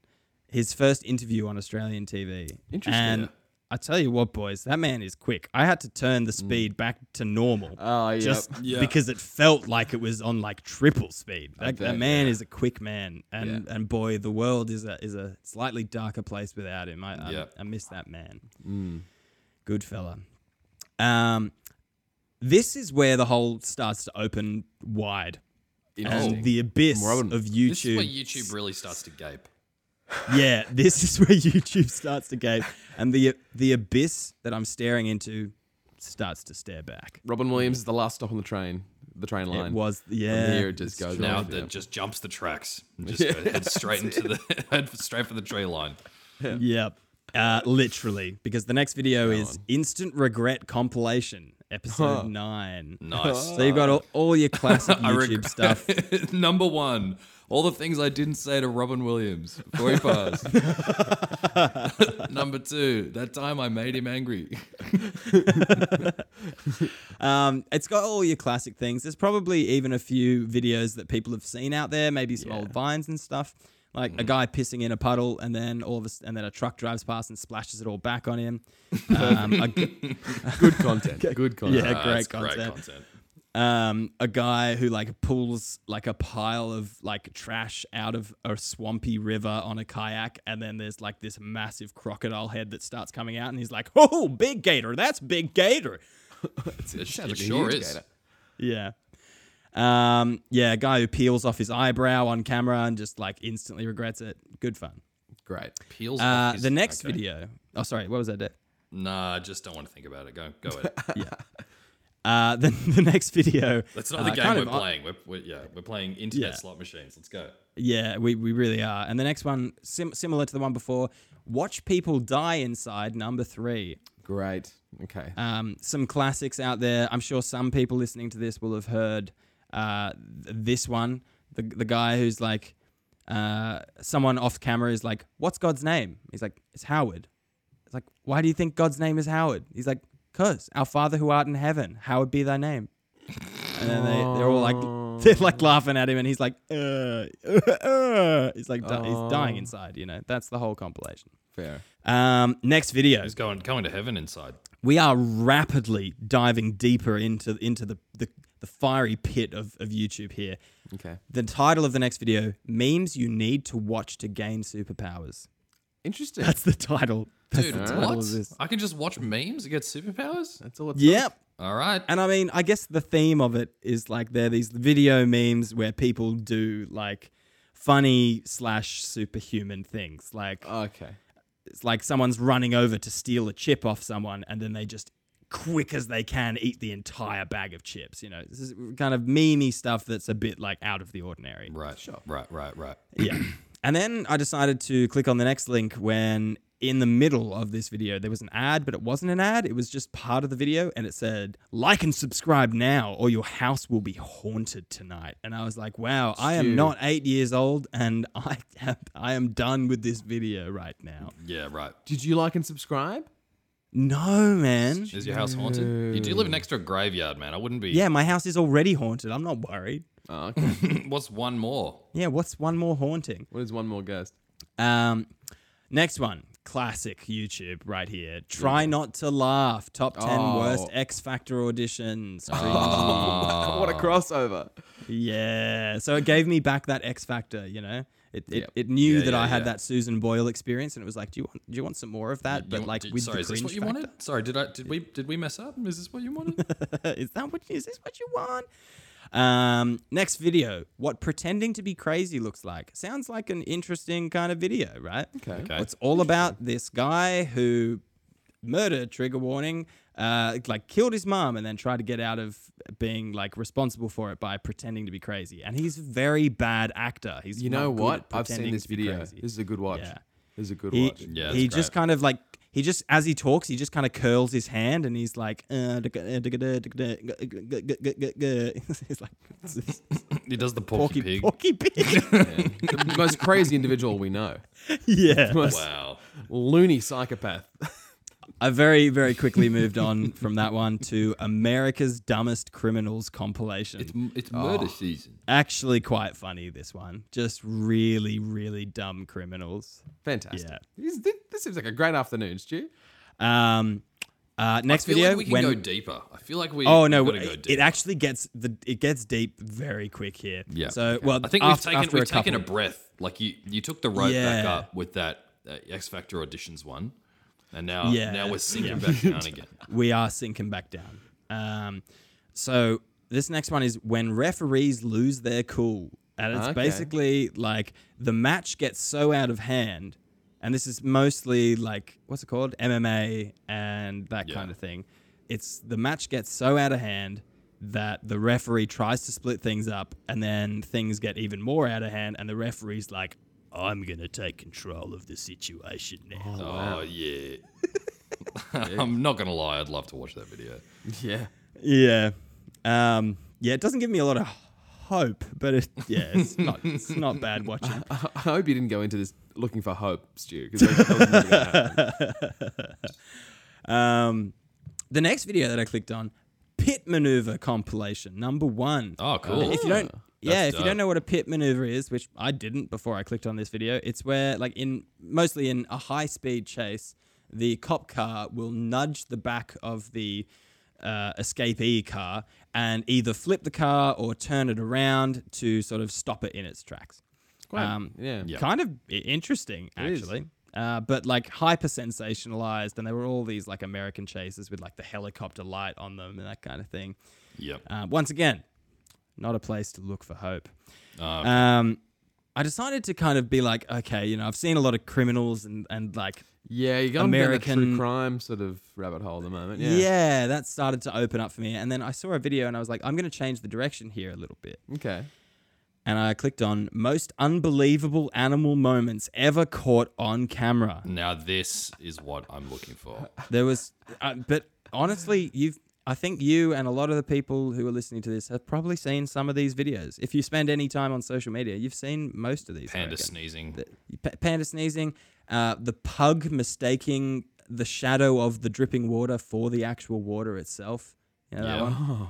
Speaker 1: His first interview on Australian TV.
Speaker 4: Interesting.
Speaker 1: And I tell you what, boys, that man is quick. I had to turn the speed back to normal.
Speaker 4: Mm. Oh, yeah.
Speaker 1: Just
Speaker 2: Yeah.
Speaker 1: because it felt like it was on like triple speed. That, that
Speaker 4: bet,
Speaker 1: man is a quick man, and and boy, the world is a is a slightly darker place without him. I I,
Speaker 2: Yeah.
Speaker 1: I miss that man. Good fella. Um, this is where the whole starts to open wide,
Speaker 4: Interesting.
Speaker 1: and the abyss
Speaker 4: Robin.
Speaker 1: of
Speaker 2: This is
Speaker 1: YouTube
Speaker 2: where YouTube really starts to gape.
Speaker 1: yeah, this is where YouTube starts to gape, and the the abyss that I'm staring into starts to stare back.
Speaker 4: Robin Williams is the last stop on the train, the train line.
Speaker 1: It was yeah.
Speaker 4: Here it just goes
Speaker 2: Now
Speaker 4: off.
Speaker 2: that
Speaker 4: yeah.
Speaker 2: just jumps the tracks and just goes heads straight into the head straight for the tree line.
Speaker 1: Yep. Uh, literally, because the next video is instant regret compilation episode nine.
Speaker 2: Nice.
Speaker 1: So you've got all, all your classic YouTube
Speaker 2: regret-
Speaker 1: stuff.
Speaker 2: Number one, all the things I didn't say to Robin Williams before he passed. Number two, that time I made him angry.
Speaker 1: Um, it's got all your classic things. There's probably even a few videos that people have seen out there, maybe some old vines and stuff. Like
Speaker 4: Mm.
Speaker 1: a guy pissing in a puddle, and then all of a, s- and then a truck drives past and splashes it all back on him. Um, a, g-
Speaker 4: good content. Good content.
Speaker 1: yeah, great
Speaker 2: That's
Speaker 1: content. Um, a guy who like pulls like a pile of like trash out of a swampy river on a kayak, and then there's like this massive crocodile head that starts coming out, and he's like, "Oh, big gator! That's big gator!"
Speaker 2: It,
Speaker 4: Sounds
Speaker 2: it
Speaker 4: like a
Speaker 2: sure
Speaker 4: huge
Speaker 2: is.
Speaker 4: gator.
Speaker 1: Yeah. Um, yeah, a guy who peels off his eyebrow on camera and just like instantly regrets it. Good fun.
Speaker 4: Great.
Speaker 2: Peels
Speaker 1: Uh,
Speaker 2: off his-
Speaker 1: the next
Speaker 2: okay.
Speaker 1: video. Oh, sorry. What was that? Dave?
Speaker 2: Nah, I just don't want to think about it. Go, go ahead.
Speaker 1: Uh, the, the next video.
Speaker 2: That's not
Speaker 1: uh,
Speaker 2: the game
Speaker 1: kind
Speaker 2: we're
Speaker 1: of-
Speaker 2: playing. We're, we're- yeah, we're playing internet
Speaker 1: Yeah.
Speaker 2: slot machines. Let's go.
Speaker 1: Yeah, we, we really are. And the next one, sim- similar to the one before, watch people die inside. Number three.
Speaker 4: Great. Okay.
Speaker 1: Um, some classics out there. I'm sure some people listening to this will have heard uh, th- this one. The, the guy who's like, uh, someone off camera is like, What's God's name? He's like, It's Howard. It's like, Why do you think God's name is Howard? He's like, Because our Father who art in heaven, Howard be thy name. And then they, they're all like, they're like laughing at him, and he's like, uh, uh, he's like, di- he's dying inside, you know. That's the whole compilation.
Speaker 4: Fair.
Speaker 1: Um, next video.
Speaker 2: He's going going to heaven inside.
Speaker 1: We are rapidly diving deeper into into the the, the fiery pit of, of YouTube here.
Speaker 4: Okay.
Speaker 1: The title of the next video: memes you need to watch to gain superpowers.
Speaker 4: Interesting.
Speaker 1: That's the title. That's
Speaker 2: Dude,
Speaker 1: the title
Speaker 2: what?
Speaker 1: of this.
Speaker 2: I can just watch memes and get superpowers?
Speaker 4: That's all it's
Speaker 1: Yep.
Speaker 2: All right.
Speaker 1: And I mean, I guess the theme of it is like they're these video memes where people do like funny slash superhuman things. Like
Speaker 4: Okay.
Speaker 1: it's like someone's running over to steal a chip off someone and then they just quick as they can eat the entire bag of chips you know this is kind of memey stuff that's a bit like out of the ordinary
Speaker 2: Right. Right, right, right.
Speaker 1: yeah and then i decided to click on the next link when in the middle of this video there was an ad but it wasn't an ad it was just part of the video and it said like and subscribe now or your house will be haunted tonight and i was like wow i am
Speaker 4: Dude.
Speaker 1: not eight years old and i am, I am done with this video right now
Speaker 2: Yeah, right.
Speaker 4: Did you like and subscribe?
Speaker 1: no man
Speaker 2: Is your house haunted? You do live next to a graveyard, man. I wouldn't be.
Speaker 1: Yeah, my house is already haunted. I'm not worried.
Speaker 4: Oh, okay.
Speaker 2: What's one more?
Speaker 1: Yeah, what's one more haunting?
Speaker 4: what is one more ghost?
Speaker 1: Um, next one, classic YouTube right here. Try not to laugh. Top ten
Speaker 4: Oh.
Speaker 1: worst X Factor auditions. Oh.
Speaker 4: what a crossover.
Speaker 1: Yeah, so it gave me back that X Factor. You know, it it,
Speaker 4: Yep.
Speaker 1: it knew
Speaker 2: Yeah,
Speaker 1: that
Speaker 2: yeah,
Speaker 1: I had
Speaker 2: yeah.
Speaker 1: that Susan Boyle experience, and it was like, do you want do you want some more of that?
Speaker 2: You
Speaker 1: but
Speaker 2: want-
Speaker 1: like
Speaker 2: did-
Speaker 1: with
Speaker 2: sorry,
Speaker 1: the
Speaker 2: is this
Speaker 1: cringe
Speaker 2: what you
Speaker 1: factor.
Speaker 2: wanted? Sorry, did I did we did we mess up? Is this what you wanted?
Speaker 1: is that what is this what you want? Um, next video, what pretending to be crazy looks like. Sounds like an interesting kind of video, right?
Speaker 4: Okay.
Speaker 2: Okay.
Speaker 1: It's all about this guy who murder trigger warning, uh, like killed his mom and then tried to get out of being like responsible for it by pretending to be crazy. And he's a very bad actor. He's
Speaker 4: You
Speaker 1: not
Speaker 4: know
Speaker 1: good
Speaker 4: what?
Speaker 1: at
Speaker 4: I've seen
Speaker 1: pretending
Speaker 4: this
Speaker 1: to be
Speaker 4: video.
Speaker 1: crazy.
Speaker 4: This is a good watch.
Speaker 1: Yeah.
Speaker 4: This is a good
Speaker 1: He,
Speaker 4: watch.
Speaker 2: Yeah,
Speaker 1: he
Speaker 2: that's
Speaker 1: just
Speaker 2: great.
Speaker 1: kind of like he just as he talks, he just kind of curls his hand and he's like, uh, digga- uh, digga- da- digga- da- gu- gu- gu- gu- gu- gu. he's like it's this
Speaker 2: he does the porky,
Speaker 1: porky
Speaker 2: pig.
Speaker 1: porky pig.
Speaker 4: the most crazy individual we know.
Speaker 1: yeah,
Speaker 2: Wow.
Speaker 4: Loony psychopath.
Speaker 1: I very very quickly moved on from that one to America's Dumbest Criminals compilation.
Speaker 2: Mm, It's murder season.
Speaker 1: Actually, quite funny this one. Just really really dumb criminals.
Speaker 4: Fantastic.
Speaker 1: Yeah.
Speaker 4: This, this seems like a great afternoon, Stu.
Speaker 1: Um, uh, next
Speaker 2: I feel
Speaker 1: video.
Speaker 2: like we can
Speaker 1: when,
Speaker 2: go deeper. I feel like we.
Speaker 1: oh no,
Speaker 2: we've gotta go
Speaker 1: it, it
Speaker 2: deeper.
Speaker 1: actually gets the it gets deep very quick here.
Speaker 2: Yeah.
Speaker 1: So well,
Speaker 2: I think
Speaker 1: after-
Speaker 2: we've taken
Speaker 1: after
Speaker 2: we've taken a
Speaker 1: couple-
Speaker 2: breath. Like you, you took the rope back
Speaker 1: Yeah.
Speaker 2: up with that uh, X Factor auditions one, and now
Speaker 1: Yeah.
Speaker 2: now we're sinking back down again.
Speaker 1: we are sinking back down. Um, so this next one is when referees lose their cool, and it's
Speaker 4: Okay.
Speaker 1: basically like the match gets so out of hand, and this is mostly like what's it called MMA and that
Speaker 2: Yeah.
Speaker 1: kind of thing. It's the match gets so out of hand that the referee tries to split things up, and then things get even more out of hand, and the referee's like, "I'm gonna take control of the situation now."
Speaker 2: Oh yeah. I'm not gonna lie. I'd love to watch that video.
Speaker 4: Yeah.
Speaker 1: Yeah. Um, yeah, it doesn't give me a lot of hope, but it, yeah, it's not it's not bad watching.
Speaker 4: I I hope you didn't go into this looking for hope, Stu, because that that wasn't really gonna happen.
Speaker 1: Um, the next video that I clicked on, pit maneuver compilation number one.
Speaker 2: Oh cool.
Speaker 1: If you don't, yeah, if you
Speaker 2: dope.
Speaker 1: don't know what a pit maneuver is, which I didn't before I clicked on this video, it's where like in mostly in a high speed chase, the cop car will nudge the back of the uh, escapee car and either flip the car or turn it around to sort of stop it in its tracks.
Speaker 4: Quite,
Speaker 1: Um,
Speaker 4: yeah.
Speaker 2: Yeah.
Speaker 1: kind of i- interesting
Speaker 4: is.
Speaker 1: actually uh, but like hyper sensationalized and there were all these like american chases with like the helicopter light on them and that kind of thing
Speaker 2: Yep.
Speaker 1: uh, once again not a place to look for hope
Speaker 2: Uh,
Speaker 1: um, i decided to kind of be like okay you know i've seen a lot of criminals and, and like
Speaker 4: Yeah, you're going down the
Speaker 1: American-
Speaker 4: true crime sort of rabbit hole at the moment.
Speaker 1: yeah.
Speaker 4: Yeah.
Speaker 1: that started to open up for me and then i saw a video and i was like i'm going to change the direction here a little bit
Speaker 4: Okay.
Speaker 1: and i clicked on most unbelievable animal moments ever caught on camera
Speaker 2: now this is what I'm looking for.
Speaker 1: There was, uh, but honestly, you've. I think you and a lot of the people who are listening to this have probably seen some of these videos. If you spend any time on social media, you've seen most of these. I
Speaker 2: Panda
Speaker 1: reckon.
Speaker 2: sneezing.
Speaker 1: Pa- panda sneezing, uh, the pug mistaking the shadow of the dripping water for the actual water itself. You know that
Speaker 2: Yeah.
Speaker 1: one?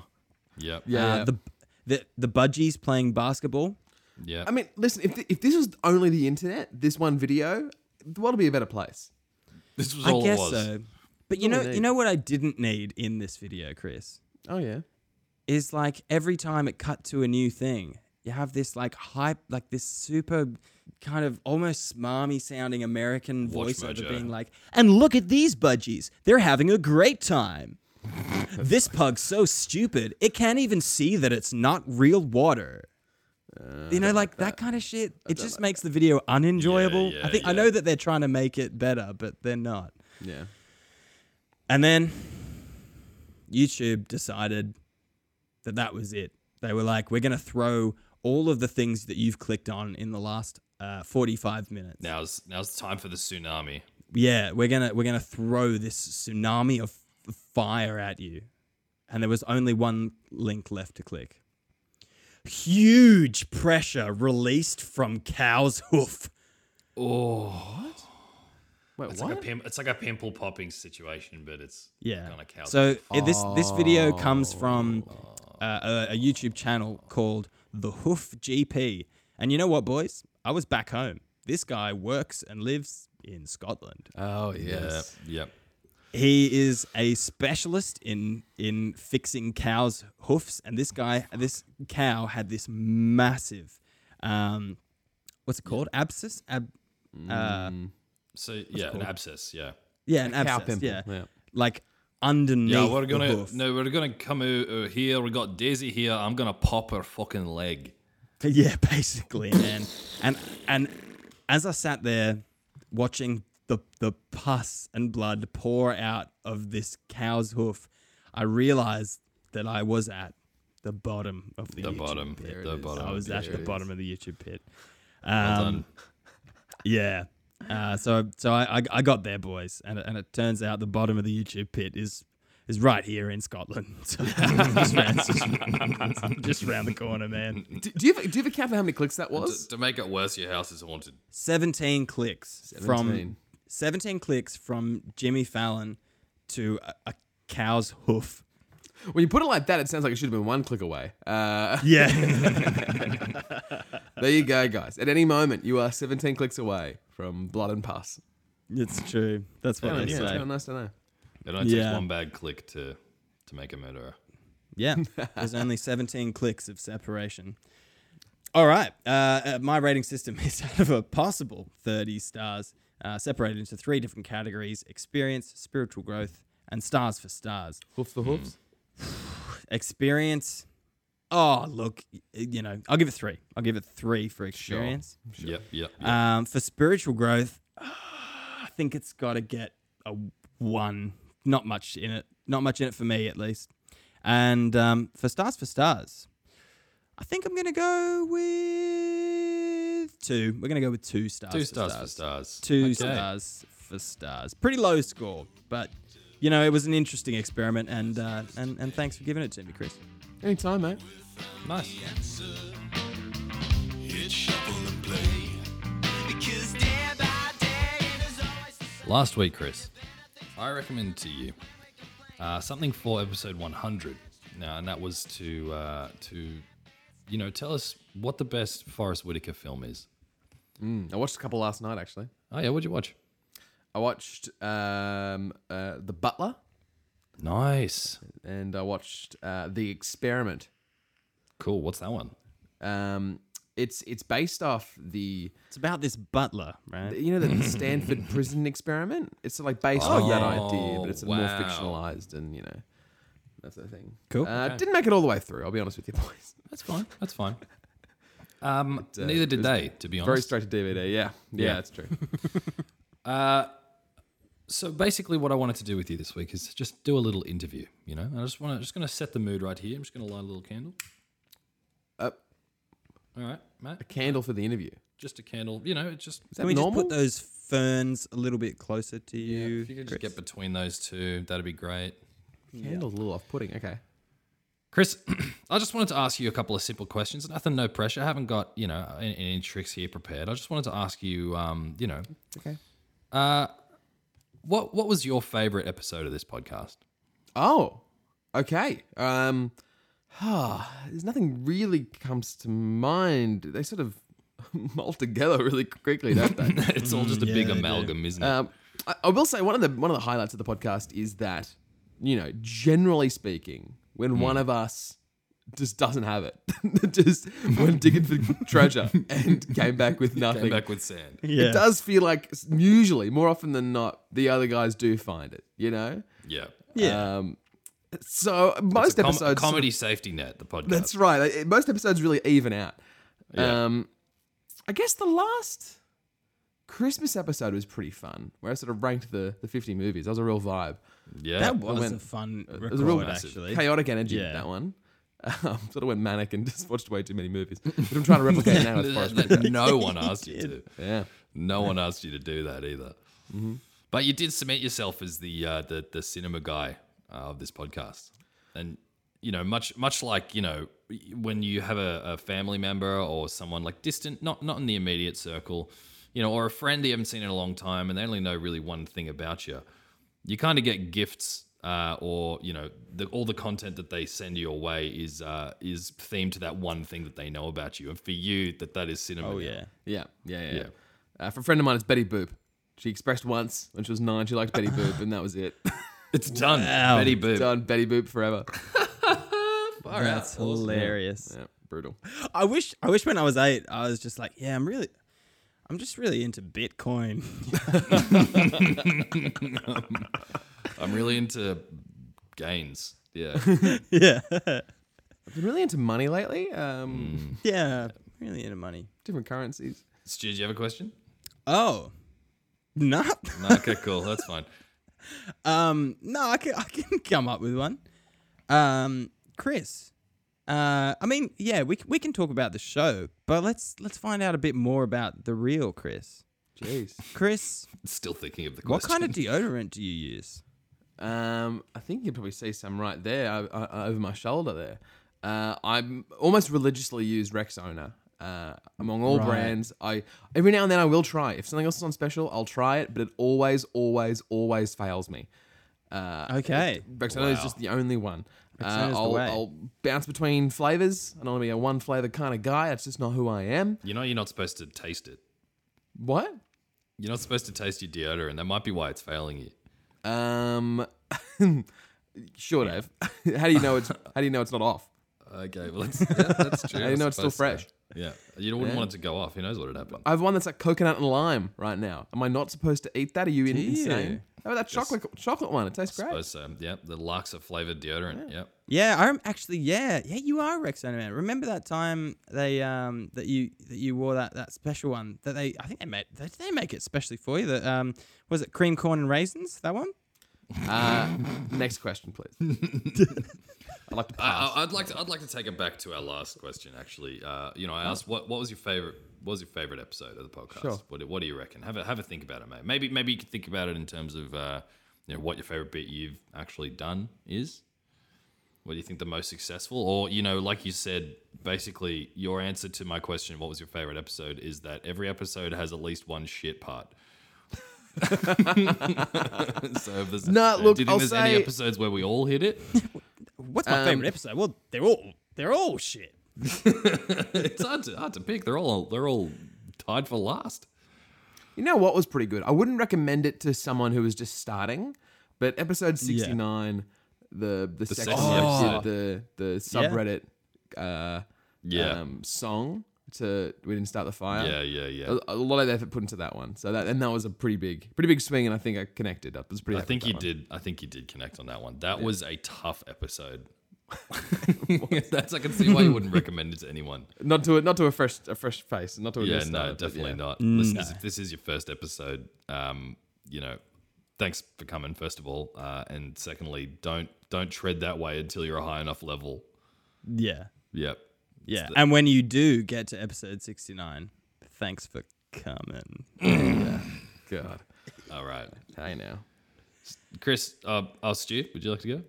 Speaker 2: Yep.
Speaker 4: Yeah.
Speaker 1: Uh, the, the the budgies playing basketball.
Speaker 2: Yeah.
Speaker 4: I mean, listen, if, th- if this was only the internet, this one video, the world would be a better place.
Speaker 2: this was
Speaker 1: I
Speaker 2: all
Speaker 1: guess
Speaker 2: it was.
Speaker 1: so. But you
Speaker 4: all
Speaker 1: know,
Speaker 4: we
Speaker 1: you
Speaker 4: need.
Speaker 1: know what I didn't need in this video, Chris.
Speaker 4: Oh, yeah.
Speaker 1: is like every time it cut to a new thing, you have this like hype, like this super kind of almost smarmy sounding American
Speaker 2: Watch
Speaker 1: voiceover
Speaker 2: Mojo.
Speaker 1: being like, and look at these budgies. They're having a great time. this pug's so stupid, it can't even see that it's not real water.
Speaker 2: Uh,
Speaker 1: you know, like that. kind of shit. It just makes the video unenjoyable.
Speaker 2: Yeah, yeah,
Speaker 1: I think I
Speaker 2: yeah.
Speaker 1: know that they're trying to make it better, but they're not.
Speaker 4: Yeah.
Speaker 1: And then YouTube decided that that was it. They were like, we're going to throw all of the things that you've clicked on in the last uh, 45 minutes.
Speaker 2: Now's now's the time for the tsunami.
Speaker 1: Yeah, we're going to we're going to throw this tsunami of f- fire at you. And there was only one link left to click. Huge pressure released from cow's hoof.
Speaker 4: Wait,
Speaker 2: It's
Speaker 4: what?
Speaker 2: like a pim- it's like a pimple popping situation, but it's
Speaker 1: Yeah.
Speaker 2: kind of cow.
Speaker 1: So i- this this video
Speaker 2: Oh.
Speaker 1: comes from uh, a, a YouTube channel called The Hoof GP, and you know what, boys? I was back home. This guy works and lives in Scotland.
Speaker 4: oh,
Speaker 2: yeah,
Speaker 4: yes.
Speaker 2: yep.
Speaker 1: He is a specialist in in fixing cows' hoofs, and this guy, this cow, had this massive, um, what's it called? Abscess? Ab, uh,
Speaker 2: So yeah, an abscess. Yeah,
Speaker 1: yeah, an
Speaker 4: A cow
Speaker 1: abscess.
Speaker 4: pimple,
Speaker 1: Yeah.
Speaker 4: yeah.
Speaker 1: like underneath.
Speaker 2: yeah. We're
Speaker 1: the
Speaker 2: gonna
Speaker 1: hoof.
Speaker 2: no, we're gonna come out, out here. We got Daisy here. I'm gonna pop her fucking leg.
Speaker 1: Yeah, basically, man. And and as I sat there watching the the pus and blood pour out of this cow's hoof, I realized that I was at the bottom of the,
Speaker 2: The
Speaker 1: YouTube
Speaker 2: bottom,
Speaker 1: pit.
Speaker 2: the
Speaker 4: it is.
Speaker 2: bottom.
Speaker 1: I was
Speaker 2: There
Speaker 1: at the
Speaker 2: it is.
Speaker 1: bottom of the YouTube pit.
Speaker 2: Well
Speaker 1: Um,
Speaker 2: done.
Speaker 1: yeah. Uh, so so I, I I got there, boys, and and it turns out the bottom of the YouTube pit is is right here in Scotland. So just, round, just, just round the corner, man.
Speaker 4: Do, do, you have, do you have a count for how many clicks that was?
Speaker 2: to, to make it worse, your house is haunted.
Speaker 1: 17 clicks from
Speaker 4: 17.
Speaker 1: 17 clicks from Jimmy Fallon to a, a cow's hoof.
Speaker 4: When you put it like that, it sounds like it should have been one click away. Uh,
Speaker 1: Yeah.
Speaker 4: there you go, guys. At any moment, you are 17 clicks away from blood and pus.
Speaker 1: it's true. That's what
Speaker 4: Yeah,
Speaker 1: they
Speaker 4: yeah, it's
Speaker 1: say.
Speaker 4: kinda nice to know.
Speaker 2: It only
Speaker 1: Yeah.
Speaker 2: takes one bad click to to make a murderer.
Speaker 1: Yeah, there's only 17 clicks of separation. All right, uh, uh, my rating system is out of a possible 30 stars, uh, separated into three different categories experience, spiritual growth, and stars for stars.
Speaker 4: Hoof for hoofs.
Speaker 1: Experience, oh, look, y- you know, I'll give it three. I'll give it three for experience.
Speaker 2: Yep, yep. yep.
Speaker 1: Um, for spiritual growth, I think it's got to get a one. Not much in it. Not much in it for me, at least. And um, for stars for stars, I think I'm gonna go with two. We're gonna go with two stars.
Speaker 2: Two
Speaker 1: for
Speaker 2: stars for stars.
Speaker 1: Two
Speaker 2: Okay.
Speaker 1: stars for stars. Pretty low score, but you know it was an interesting experiment, and uh, and and thanks for giving it to me, Chris.
Speaker 4: Anytime, mate.
Speaker 2: Nice.
Speaker 5: Hit shuffle and play. Because day by day, it is always the same.
Speaker 2: Last week, Chris, I recommended to you uh, something for episode 100. Now, and that was to uh, to you know tell us what the best Forrest Whitaker film is.
Speaker 4: I watched a couple last night actually.
Speaker 2: Oh yeah, what'd you watch?
Speaker 4: I watched um, uh, The Butler
Speaker 2: Nice.
Speaker 4: and I watched uh, The Experiment.
Speaker 2: Cool. What's that one?
Speaker 4: Um, it's it's based off the
Speaker 1: It's about this butler, right?
Speaker 4: you know the Stanford prison experiment. It's like based on that idea, but it's
Speaker 2: wow.
Speaker 4: more fictionalized and you know that's the thing.
Speaker 1: Cool.
Speaker 4: Uh, Didn't make it all the way through. I'll be honest with you, boys.
Speaker 2: That's fine. That's fine. Um,
Speaker 4: uh,
Speaker 2: neither
Speaker 4: it
Speaker 2: did
Speaker 4: was
Speaker 2: they, to be honest.
Speaker 4: Very straight to DVD. Yeah, yeah,
Speaker 2: Yeah.
Speaker 4: that's true.
Speaker 2: So basically, what I wanted to do with you this week is just do a little interview. You know, I just want to just going to set the mood right here. I'm just going to light a little candle.
Speaker 4: Uh,
Speaker 2: All right, Matt.
Speaker 4: Candle for the interview.
Speaker 2: Just a candle. You know, it's just
Speaker 4: Is that
Speaker 1: Can we
Speaker 4: normal?
Speaker 1: just put those ferns a little bit closer to you?
Speaker 2: if you could
Speaker 1: Chris?
Speaker 2: just get between those two, that'd be great.
Speaker 4: Candle's a little off-putting. Okay.
Speaker 2: Chris, I just wanted to ask you a couple of simple questions. Nothing, no pressure. I haven't got you know any, any tricks here prepared. I just wanted to ask you, um, you know,
Speaker 4: Okay.
Speaker 2: what what was your favorite episode of this podcast?
Speaker 4: Oh, okay. Um, there's nothing really comes to mind. They sort of mold together really quickly, don't they?
Speaker 2: it's all just a
Speaker 1: Mm,
Speaker 2: big
Speaker 1: yeah, I do.
Speaker 2: amalgam, isn't it?
Speaker 4: Um, I, I will say one of the one of the highlights of the podcast is that you know, generally speaking, when
Speaker 2: Hmm.
Speaker 4: one of us just doesn't have it, just went digging for treasure and came back with nothing.
Speaker 2: Came back with sand.
Speaker 1: yeah.
Speaker 4: It does feel like s- usually, more often than not, the other guys do find it. You know.
Speaker 2: Yeah.
Speaker 1: Yeah.
Speaker 4: Um, so most
Speaker 2: Com-
Speaker 4: episodes
Speaker 2: comedy safety net. The podcast.
Speaker 4: That's right. Like, it- Most episodes really even out.
Speaker 2: Yeah.
Speaker 4: Um, I guess the last Christmas episode was pretty fun, where I sort of ranked the, the 50 movies. That was a real vibe.
Speaker 2: Yeah.
Speaker 1: that was
Speaker 4: went-
Speaker 1: a fun record,
Speaker 4: It was a real
Speaker 1: actually.
Speaker 4: chaotic energy,
Speaker 1: Yeah.
Speaker 4: that one. Um, sort of went manic and just watched way too many movies. But I'm trying to replicate it now with Forrest
Speaker 2: That-
Speaker 4: Whitaker.
Speaker 2: that no one asked you to.
Speaker 4: Yeah.
Speaker 2: No one asked you to do that either. But you did cement yourself as the uh, the the cinema guy uh, of this podcast, and you know much much like you know when you have a, a family member or someone like distant, not not in the immediate circle, you know, or a friend that you haven't seen in a long time, and they only know really one thing about you. You kind of get gifts. Uh, or you know, the, all the content that they send your way is uh, is themed to that one thing that they know about you, and for you, that that is cinema.
Speaker 1: Oh
Speaker 2: now.
Speaker 1: yeah.
Speaker 4: Yeah. Yeah. Yeah.
Speaker 2: Yeah.
Speaker 4: yeah. Uh, for a friend of mine, it's Betty Boop. She expressed once when she was nine, she liked Betty Boop, and that was it.
Speaker 2: It's done. Betty Boop.
Speaker 4: Done Betty Boop forever.
Speaker 1: That's hilarious.
Speaker 4: Yeah, brutal.
Speaker 1: I wish I wish when I was eight, I was just like, yeah, I'm really I'm just really into Bitcoin.
Speaker 2: I'm really into gains. Yeah.
Speaker 1: yeah.
Speaker 4: I've been really into money lately. Um,
Speaker 1: Hmm. yeah. Really into money.
Speaker 4: Different currencies.
Speaker 2: Stu, do you have a question?
Speaker 1: Oh. No.
Speaker 2: No, okay, cool. That's fine.
Speaker 1: Um no, I can I can come up with one. Um Chris. Uh I mean, yeah, we c- we can talk about the show, but let's let's find out a bit more about the real Chris.
Speaker 4: Jeez.
Speaker 1: Chris,
Speaker 2: Still thinking of the
Speaker 1: what
Speaker 2: question.
Speaker 1: kind of deodorant do you use?
Speaker 4: Um, I think you can probably see some right there uh, uh, over my shoulder there. Uh, I'm almost religiously use Rexona. Uh, among all
Speaker 1: Right.
Speaker 4: brands, I every now and then I will try. If something else is on special, I'll try it, but it always, always, always fails me. Uh,
Speaker 1: Okay.
Speaker 4: Rexona is just the only one. Uh,
Speaker 1: Rexona's the
Speaker 4: I'll,
Speaker 1: way.
Speaker 4: I'll bounce between flavors. I don't want to be a one flavor kind of guy. That's just not who I am.
Speaker 2: you know, you're not supposed to taste it.
Speaker 4: What?
Speaker 2: You're not supposed to taste your deodorant. That might be why it's failing you.
Speaker 4: Um, sure, Dave. how do you know it's How do you know it's not off?
Speaker 2: Okay, well, that's, yeah, that's true.
Speaker 4: How do you know it's still fresh?
Speaker 2: Yeah, you wouldn't want it to go off. Who knows what had happened?
Speaker 4: I have one that's like coconut and lime right now. Am I not supposed to eat that? Are you in-
Speaker 1: Yeah.
Speaker 4: insane? How about that chocolate chocolate one? It tastes
Speaker 2: I
Speaker 4: great.
Speaker 2: suppose, um, yeah, the Luxa flavored deodorant. Yep.
Speaker 1: Yeah, I'm actually yeah, yeah. You are Rex Man. Remember that time they um that you that you wore that that special one that they I think they made they, they make it specially for you. That um was it cream corn and raisins that one?
Speaker 4: Uh, next question, please. I'd like to pass.
Speaker 2: I, I- I'd like to. I'd like to take it back to our last question. Actually, uh, you know, I asked what what was your favorite what was your favorite episode of the podcast?
Speaker 4: Sure.
Speaker 2: What, do- what do you reckon? Have a have a think about it, mate. Maybe maybe you could think about it in terms of uh, you know what your favorite bit you've actually done is. What do you think the most successful? Or you know, like you said, basically your answer to my question, what was your favorite episode, is that every episode has at least one shit part. so if there's-
Speaker 4: No, look,
Speaker 2: do you think
Speaker 4: I'll
Speaker 2: there's any
Speaker 4: say-
Speaker 2: episodes where we all hit it?
Speaker 1: What's my favorite episode? Well, they're all they're all shit.
Speaker 2: It's hard to hard to pick. They're all they're all tied for last.
Speaker 4: You know what was pretty good? I wouldn't recommend it to someone who was just starting, but episode 69, the the, sex
Speaker 2: sexy
Speaker 4: episode,
Speaker 2: episode.
Speaker 4: the the subreddit uh
Speaker 2: Yeah.
Speaker 4: um, song to we didn't start the fire.
Speaker 2: yeah, yeah, yeah.
Speaker 4: A, a lot of effort put into that one. So that and that was a pretty big pretty big swing and I think I connected up. I was pretty
Speaker 2: I
Speaker 4: happy
Speaker 2: think
Speaker 4: with
Speaker 2: you
Speaker 4: that
Speaker 2: did.
Speaker 4: one.
Speaker 2: I think you did connect on that one. That was a tough episode. That's I can see why you wouldn't recommend it to anyone.
Speaker 4: Not to a, not to a fresh a fresh face, not to a new
Speaker 2: Yeah,
Speaker 4: starter,
Speaker 2: no,
Speaker 4: but
Speaker 2: definitely
Speaker 4: yeah.
Speaker 2: not. Listeners, if this is your first episode, um, you know, thanks for coming. First of all, uh, and secondly, don't don't tread that way until you're a high enough level.
Speaker 1: Yeah,
Speaker 2: Yep.
Speaker 1: yeah. And when you do get to episode sixty nine, thanks for coming.
Speaker 4: God.
Speaker 2: All right,
Speaker 4: Hey now.
Speaker 2: Chris. Uh, oh, Stu, would you like to go?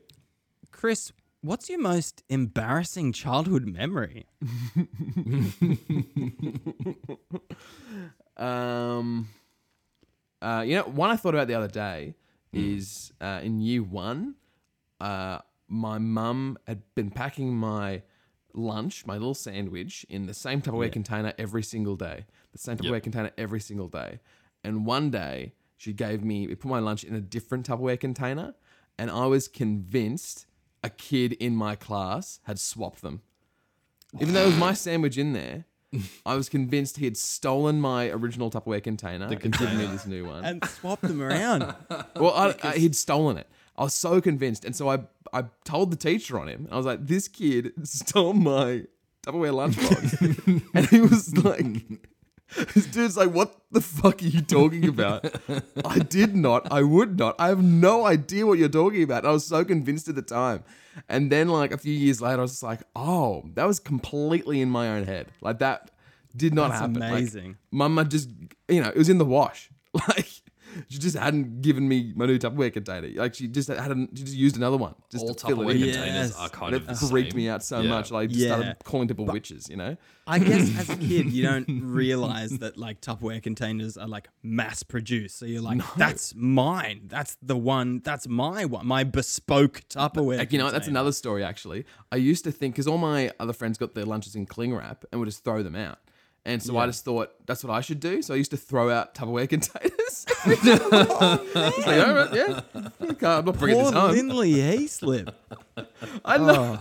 Speaker 1: Chris, what's your most embarrassing childhood memory?
Speaker 4: Um, uh, you know, one I thought about the other day is uh, in year one, uh, my mum had been packing my lunch, my little sandwich, in the same Tupperware container every single day. The same Tupperware container every single day. And one day, she gave me, we put my lunch in a different Tupperware container, and I was convinced a kid in my class had swapped them. Even though it was my sandwich in there, I was convinced he had stolen my original Tupperware container and given me this new one.
Speaker 1: And swap them around.
Speaker 4: well, I, I, he'd stolen it. I was so convinced, and so I I told the teacher on him. I was like, "This kid stole my Tupperware lunchbox," and he was like. This dude's like, what the fuck are you talking about? I did not. I would not. I have no idea what you're talking about. And I was so convinced at the time. And then, like, a few years later, I was just like, oh, that was completely in my own head. Like, that did not
Speaker 1: That's
Speaker 4: happen. Like,
Speaker 1: amazing.
Speaker 4: Mama just, you know, it was in the wash. Like, she just hadn't given me my new Tupperware container. Like, she just hadn't, she just used another one. Just
Speaker 2: all
Speaker 4: to fill
Speaker 2: Tupperware
Speaker 4: it in.
Speaker 2: containers
Speaker 1: Yeah. Yes.
Speaker 2: are kind of
Speaker 4: That
Speaker 2: the
Speaker 4: freaked
Speaker 2: same.
Speaker 4: me out so
Speaker 2: Yeah.
Speaker 4: much. Like, I just
Speaker 1: Yeah.
Speaker 4: started calling people witches, you know?
Speaker 1: I guess as a kid, you don't realize that like Tupperware containers are like mass produced. So you're like, that's mine. That's the one. That's my one. My bespoke Tupperware.
Speaker 4: Like, uh, you know, what? that's another story, actually. I used to think, because all my other friends got their lunches in cling wrap and would just throw them out. And so I just thought that's what I should do. So I used to throw out Tupperware containers. It's like, all right, yeah. Okay, I'm not bringing
Speaker 1: Poor
Speaker 4: this home.
Speaker 1: Lindley Hayslip.
Speaker 4: I
Speaker 1: Oh,
Speaker 4: know.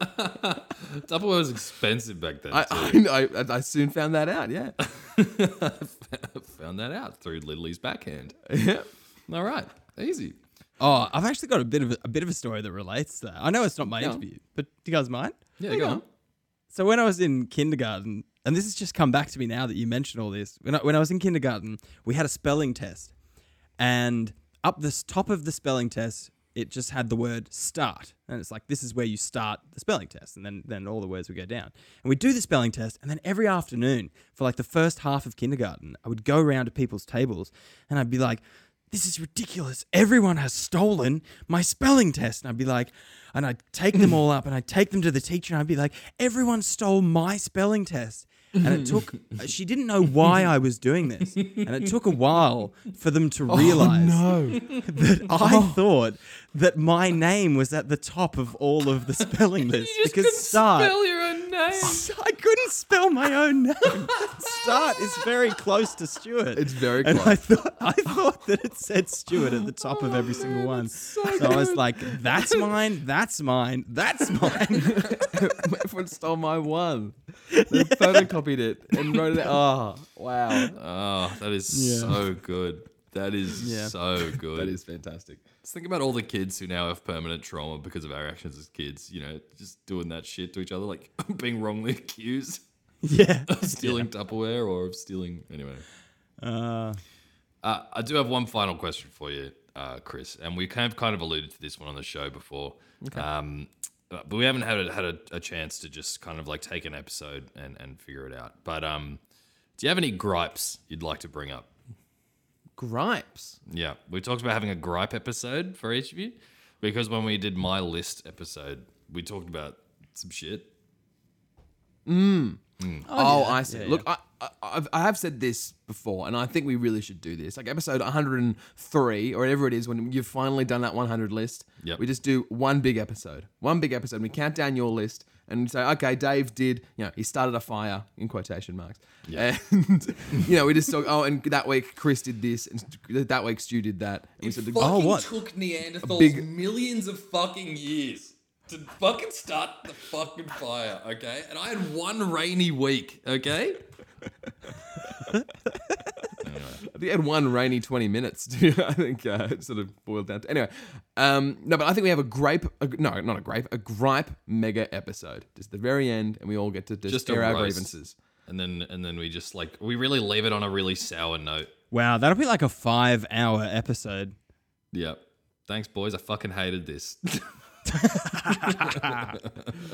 Speaker 2: Tupperware was expensive back then.
Speaker 4: I,
Speaker 2: too.
Speaker 4: I, know. I, I soon found that out. Yeah.
Speaker 2: found that out through Lidley's backhand.
Speaker 4: yeah.
Speaker 2: All right, easy.
Speaker 1: Oh, I've actually got a bit of a, a bit of a story that relates to that. I know it's not my interview, but do you guys mind?
Speaker 2: Yeah, go on.
Speaker 1: So when I was in kindergarten, and this has just come back to me now that you mention all this. When I, when I was in kindergarten, we had a spelling test, and up the s- top of the spelling test, it just had the word start, and it's like this is where you start the spelling test, and then then all the words would go down, and we do the spelling test, and then every afternoon for like the first half of kindergarten, I would go around to people's tables, and I'd be like. This is ridiculous. Everyone has stolen my spelling test. And I'd be like, and I'd take them all up and I'd take them to the teacher and I'd be like, everyone stole my spelling test. And it took, she didn't know why I was doing this. And it took a while for them to realize that I thought that my name was at the top of all of the spelling list because
Speaker 2: couldn't
Speaker 1: start
Speaker 2: spell your own name.
Speaker 1: I couldn't spell my own name. Start is very close to Stuart.
Speaker 4: It's very
Speaker 1: and
Speaker 4: close.
Speaker 1: I thought I thought that it said Stuart at the top of every single one. So, I was like, that's mine, that's mine, that's mine.
Speaker 4: Everyone stole my one. They photocopied it and wrote it. Oh, wow.
Speaker 2: Oh, that is
Speaker 1: Yeah.
Speaker 2: so good. That is
Speaker 1: Yeah.
Speaker 2: so good.
Speaker 4: That is fantastic.
Speaker 2: Just think about all the kids who now have permanent trauma because of our actions as kids. You know, just doing that shit to each other, like being wrongly accused
Speaker 1: yeah.
Speaker 2: of stealing Tupperware or of stealing. Anyway,
Speaker 1: Uh,
Speaker 2: uh, I do have one final question for you, uh, Chris, and we kind of kind of alluded to this one on the show before. Um, but but we haven't had a, had a, a chance to just kind of like take an episode and, and figure it out. But um, do you have any gripes you'd like to bring up
Speaker 4: Gripes.
Speaker 2: Yeah, we talked about having a gripe episode for each of you because when we did my list episode, we talked about some shit.
Speaker 4: Oh, I see. Look, I, I, I've, I have said this before, and I think we really should do this. Like episode 103 or whatever it is, when you've finally done that 100 list,
Speaker 2: Yep.
Speaker 4: we just do one big episode. One big episode. We count down your list and say, okay, Dave did, you know, he started a fire in quotation marks. And, you know, we just talk, oh, and that week Chris did this, and that week Stu did that. And we said, the-
Speaker 1: Oh, what?
Speaker 2: took Neanderthals
Speaker 4: big-
Speaker 2: millions of fucking years to fucking start the fucking fire, okay? And I had one rainy week, okay?
Speaker 4: They had one rainy 20 minutes, too, I think uh, it sort of boiled down to. Anyway, um, no, but I think we have a gripe, a, no, not a gripe, a gripe mega episode. Just the very end, and we all get to just,
Speaker 2: Just a
Speaker 4: air our
Speaker 2: roast.
Speaker 4: grievances.
Speaker 2: And then and then we just like we really leave it on a really sour note.
Speaker 1: wow, that'll be like a five hour episode.
Speaker 2: Yep. Thanks, boys. I fucking hated this.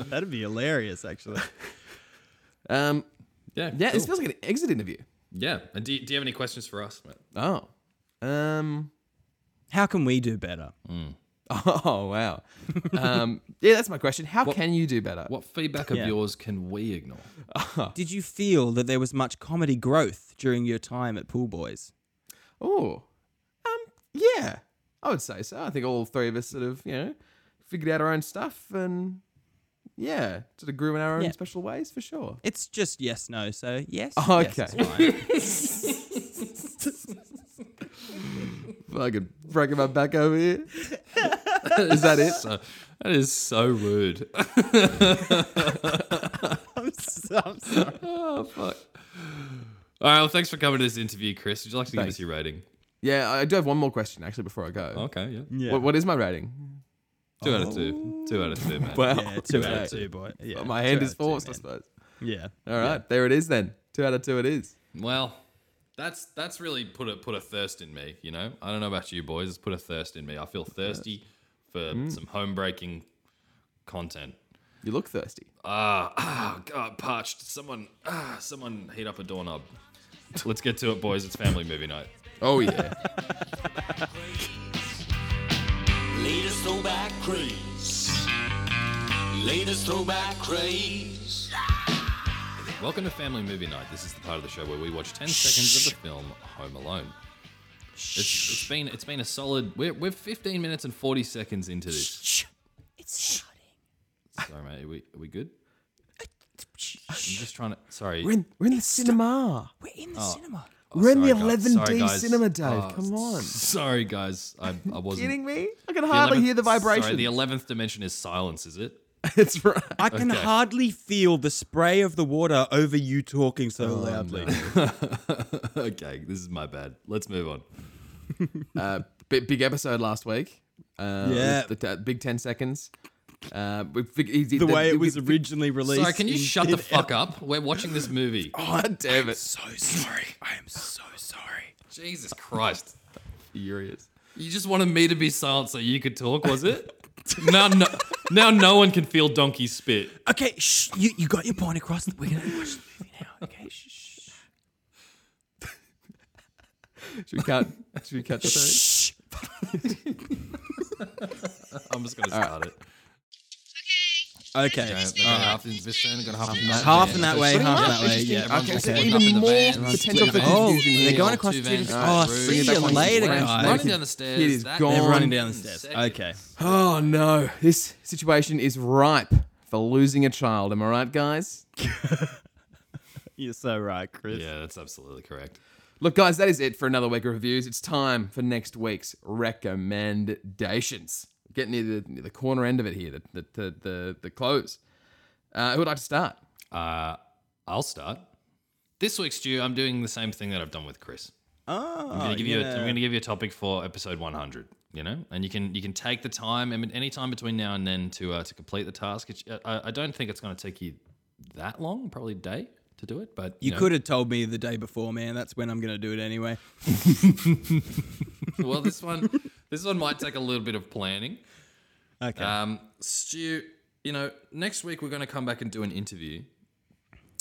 Speaker 1: That'd be hilarious, actually.
Speaker 4: Um,
Speaker 2: yeah.
Speaker 4: yeah,
Speaker 2: cool.
Speaker 4: it feels like an exit interview.
Speaker 2: yeah. And do you, do you have any questions for us, mate?
Speaker 4: Oh. Um,
Speaker 1: How can we do better?
Speaker 4: oh, wow. Um, yeah, that's my question. How can you do better?
Speaker 2: What feedback of
Speaker 1: Yeah.
Speaker 2: yours can we ignore?
Speaker 1: Did you feel that there was much comedy growth during your time at Pool Boys?
Speaker 4: Oh, um, yeah, I would say so. I think all three of us sort of, you know, figured out our own stuff and yeah, sort of grew in our own
Speaker 1: Yeah.
Speaker 4: special ways for sure.
Speaker 1: It's just yes, no. So yes.
Speaker 4: Okay.
Speaker 1: Yes, it's fine.
Speaker 4: Fucking breaking my back over here. Is that it?
Speaker 2: So, that is so rude.
Speaker 1: I'm so- I'm sorry.
Speaker 2: oh, fuck. All right. Well, thanks for coming to this interview, Chris. Would you like to give us
Speaker 4: Thanks.
Speaker 2: your rating?
Speaker 4: Yeah, I do have one more question actually before I go.
Speaker 2: Okay. Yeah.
Speaker 1: Oh, Yeah. Oh.
Speaker 4: What, what is my rating?
Speaker 2: Two out of two. Two out of two, man.
Speaker 4: Wow.
Speaker 1: Yeah, two out
Speaker 4: Okay.
Speaker 1: of two, boy. Yeah,
Speaker 4: My
Speaker 1: two
Speaker 4: hand
Speaker 1: out
Speaker 4: is
Speaker 1: of two,
Speaker 4: forced, I
Speaker 1: man.
Speaker 4: suppose.
Speaker 1: Yeah.
Speaker 4: All right, there it is then. Two out of two, it is.
Speaker 2: Well, that's that's really put a put a thirst in me. You know, I don't know about you boys. It's put a thirst in me. I feel thirsty for
Speaker 1: Mm.
Speaker 2: some home breaking content.
Speaker 4: You look thirsty.
Speaker 2: Ah, ah, God, parched. Someone, ah, someone, heat up a doorknob. Let's get to it, boys. It's family movie night.
Speaker 4: Oh yeah.
Speaker 5: Latest throwback craze. Latest throwback craze.
Speaker 2: Welcome to Family Movie Night. This is the part of the show where we watch 10 seconds of the film Home Alone. It's, it's been it's been a solid. We're, we're 15 minutes and 40 seconds into this.
Speaker 1: Shh. It's shouting.
Speaker 2: Sorry, mate. Are we, are we good? I'm just trying to. Sorry.
Speaker 4: we're, in, we're in the cinema. Oh.
Speaker 1: We're in the cinema.
Speaker 4: we're in the
Speaker 2: sorry, guys.
Speaker 4: 11D
Speaker 2: Sorry, guys.
Speaker 4: cinema, Dave.
Speaker 2: Oh,
Speaker 4: Come on.
Speaker 2: Sorry, guys. I, I wasn't.
Speaker 4: Kidding me? I can
Speaker 2: The
Speaker 4: hardly
Speaker 2: 11th
Speaker 4: hear the vibration.
Speaker 2: Sorry, the 11th dimension is silence, is it?
Speaker 4: That's right.
Speaker 1: I can
Speaker 2: Okay.
Speaker 1: hardly feel the spray of the water over you talking
Speaker 4: Oh,
Speaker 1: so loudly.
Speaker 2: okay, this is my bad. Let's move on.
Speaker 4: uh, big, big episode last week. Uh,
Speaker 1: Yeah.
Speaker 4: the, the big ten seconds. Uh, we fig- he did
Speaker 1: The way it was
Speaker 4: we-
Speaker 1: originally released.
Speaker 2: Sorry, can you
Speaker 1: in-
Speaker 2: shut the fuck up? We're watching this movie.
Speaker 4: Oh, damn it!
Speaker 1: So sorry. I am so sorry.
Speaker 2: Jesus Christ.
Speaker 4: Furious.
Speaker 2: You just wanted me to be silent so you could talk, was it? now, no, now no one can feel donkey spit.
Speaker 1: Okay, shh. You, you got your point across. We're going to watch the movie now. Okay, shh. shh.
Speaker 4: Should we cut? should we cut the thing?
Speaker 1: Shh.
Speaker 2: I'm just going to start it.
Speaker 1: Okay.
Speaker 2: They're gonna half in this end, gonna half in that
Speaker 1: Half
Speaker 2: end.
Speaker 1: in that way,
Speaker 2: Pretty
Speaker 1: half in
Speaker 2: much.
Speaker 1: that way.
Speaker 2: It's just
Speaker 1: Yeah.
Speaker 2: everyone's
Speaker 4: Okay,
Speaker 2: just
Speaker 4: so
Speaker 2: splitting up
Speaker 4: even
Speaker 2: into
Speaker 4: more
Speaker 2: vans.
Speaker 4: potential for
Speaker 2: Splitting
Speaker 1: Oh,
Speaker 2: vans.
Speaker 4: confusion
Speaker 1: they're
Speaker 4: here.
Speaker 1: going
Speaker 2: Two
Speaker 1: across two
Speaker 2: vans.
Speaker 1: different.
Speaker 2: All
Speaker 1: Oh,
Speaker 2: right, bring
Speaker 1: see
Speaker 2: it
Speaker 1: you
Speaker 2: back on the
Speaker 1: later,
Speaker 2: branch.
Speaker 1: guys.
Speaker 2: Running down the stairs.
Speaker 4: It is
Speaker 2: that-
Speaker 4: gone.
Speaker 1: They're running down the stairs.
Speaker 2: Seconds.
Speaker 1: Okay.
Speaker 4: Oh no! This situation is ripe for losing a child. Am I right, guys?
Speaker 1: You're so right, Chris.
Speaker 2: Yeah, that's absolutely correct.
Speaker 4: Look, guys, that is it for another week of reviews. It's time for next week's recommendations. We're Getting near the, near the corner end of it here, the, the, the, the, the close. Uh, who would like to start?
Speaker 2: Uh, I'll start. This week, Stu, I'm doing the same thing that I've done with Chris.
Speaker 1: Oh,
Speaker 2: I'm gonna give you. A,
Speaker 1: yeah.
Speaker 2: I'm gonna give you a topic for episode 100. You know, and you can you can take the time and any time between now and then to uh, to complete the task. It's, uh, I, I don't think it's going to take you that long, probably a day to do it. But
Speaker 1: You
Speaker 2: know,
Speaker 1: could have told me the day before, man. That's when I'm going to do it anyway.
Speaker 2: Well, this one this one might take a little bit of planning.
Speaker 1: Okay.
Speaker 2: Um, Stu, you know, next week we're going to come back and do an interview.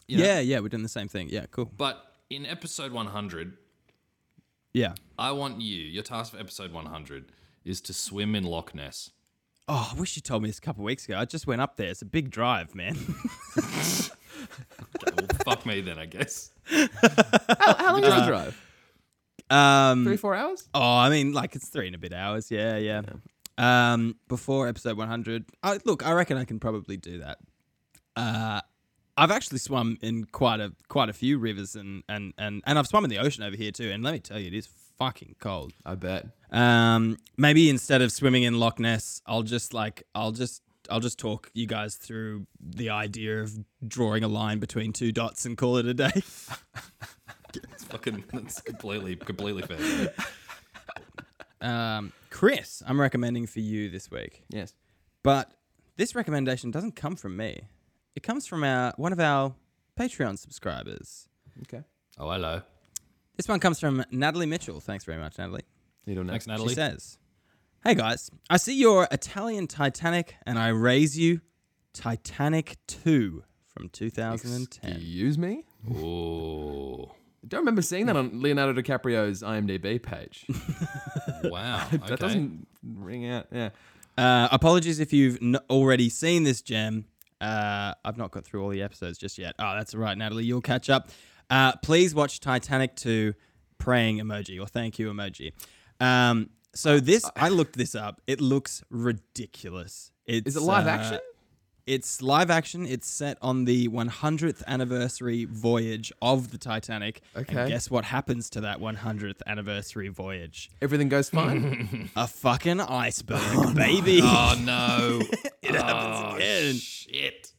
Speaker 1: yeah, yeah, we're doing the same thing. Yeah, cool.
Speaker 2: But in episode 100,
Speaker 1: Yeah.
Speaker 2: I want you, your task for episode 100 is to swim in Loch Ness.
Speaker 1: Oh, I wish you told me this a couple weeks ago. I just went up there. It's a big drive, man.
Speaker 2: Okay, well, fuck me then, I guess.
Speaker 4: How, how long is the drive? Three,
Speaker 1: Um,
Speaker 4: four hours?
Speaker 1: oh, I mean, like it's three and a bit hours. Yeah, yeah. Um, before episode 100, I, look, I reckon I can probably do that. Uh, I've actually swum in quite a quite a few rivers and and and and I've swum in the ocean over here too. And let me tell you, it is fucking cold.
Speaker 4: I bet.
Speaker 1: Um, maybe instead of swimming in Loch Ness, I'll just like I'll just I'll just talk you guys through the idea of drawing a line between two dots and call it a day.
Speaker 2: It's fucking, that's completely, completely fair.
Speaker 1: Um, Chris, I'm recommending for you this week,
Speaker 4: Yes.
Speaker 1: but this recommendation doesn't come from me. It comes from our one of our Patreon subscribers.
Speaker 4: Okay.
Speaker 2: Oh, hello.
Speaker 1: This one comes from Natalie Mitchell. Thanks very much, Natalie.
Speaker 4: You don't know.
Speaker 2: Thanks, Natalie.
Speaker 1: She says, Hey guys, I see your Italian Titanic and I raise you Titanic 2 from 2010.
Speaker 4: Excuse me?
Speaker 2: Oh,
Speaker 4: I don't remember seeing that on Leonardo DiCaprio's IMDb page.
Speaker 2: wow.
Speaker 4: That
Speaker 2: Okay.
Speaker 4: doesn't ring out. Yeah.
Speaker 1: Uh, apologies if you've n- already seen this gem. Uh, I've not got through all the episodes just yet. Oh, that's all right, Natalie. You'll catch up. Uh, please watch Titanic 2 praying emoji or thank you emoji. Um, so this, I looked this up. It looks ridiculous. It's,
Speaker 4: Is it live
Speaker 1: uh,
Speaker 4: action?
Speaker 1: It's live action. It's set on the 100th anniversary voyage of the Titanic.
Speaker 4: Okay.
Speaker 1: And guess what happens to that 100th anniversary voyage?
Speaker 4: Everything goes fine?
Speaker 1: A fucking iceberg, baby.
Speaker 2: Oh, no.
Speaker 1: It happens again.
Speaker 2: Shit.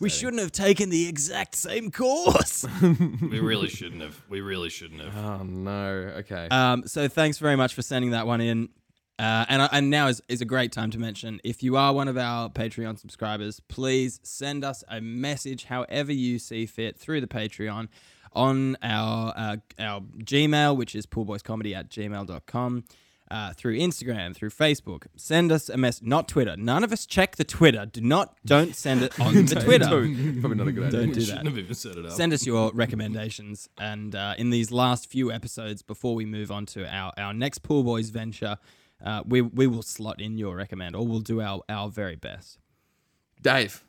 Speaker 1: We shouldn't have taken the exact same course.
Speaker 2: We really shouldn't have. We really shouldn't have.
Speaker 4: oh, no. Okay.
Speaker 1: um, so thanks very much for sending that one in. Uh, and, I- and now is, is a great time to mention if you are one of our Patreon subscribers, please send us a message however you see fit through the Patreon on our uh, our Gmail, which is poolboyscomedy at gmail.com, uh, through Instagram, through Facebook. Send us a message, not Twitter. None of us check the Twitter. Do not, don't send it on the Twitter.
Speaker 4: Probably not a good idea.
Speaker 1: Don't do that.
Speaker 2: shouldn't have even set it up.
Speaker 1: send us your recommendations and uh, in these last few episodes before we move on to our, our next pool boys venture uh, we, we will slot in your recommend or we'll do our, our very best
Speaker 4: Dave,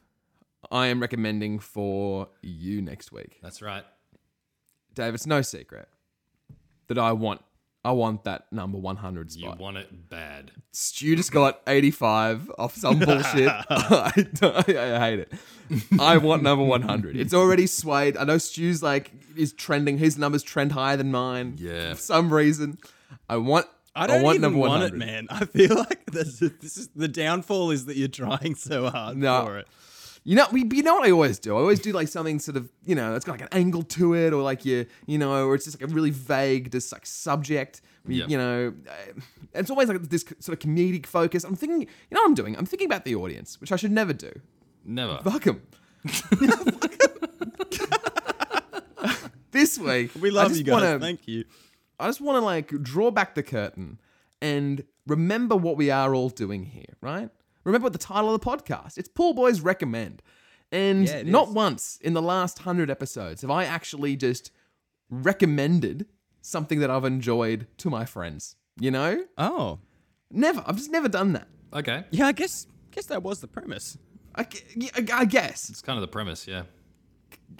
Speaker 4: I am recommending for you next week.
Speaker 2: That's right.
Speaker 4: Dave, it's no secret that I want I want that number 100
Speaker 2: You
Speaker 4: spot.
Speaker 2: want it bad.
Speaker 4: Stu just got 85 off some bullshit. I, don't- I hate it. I want number 100. It's already swayed. I know Stu's like is trending. His numbers trend higher than mine.
Speaker 2: Yeah.
Speaker 4: For some reason. I want
Speaker 1: i don't
Speaker 4: want
Speaker 1: even
Speaker 4: number
Speaker 1: want
Speaker 4: 100.
Speaker 1: it man i feel like this is, this is the downfall is that you're trying so hard
Speaker 4: No.
Speaker 1: for it
Speaker 4: You know, we, you know what I always do. I always do like something sort of, you know, it's got like an angle to it, or like you, you know, or it's just like a really vague, just like subject. We,
Speaker 2: Yeah.
Speaker 4: You know, uh, it's always like this sort of comedic focus. I'm thinking, you know, what I'm doing. I'm thinking about the audience, which I should never do.
Speaker 2: Never.
Speaker 4: Fuck them. this week,
Speaker 1: we
Speaker 4: I
Speaker 1: love
Speaker 4: just
Speaker 1: you guys
Speaker 4: wanna-
Speaker 1: thank you
Speaker 4: I just want to like draw back the curtain and remember what we are all doing here, right? Remember the title of the podcast. It's Pool Boys Recommend. And
Speaker 1: Yeah, it
Speaker 4: not
Speaker 1: is.
Speaker 4: once in the last 100 episodes have I actually just recommended something that I've enjoyed to my friends, you know?
Speaker 1: oh
Speaker 4: Never. I've just never done that.
Speaker 2: Okay.
Speaker 1: yeah i guess guess that was the premise
Speaker 4: I, g- I- I guess.
Speaker 2: It's kind of the premise, yeah.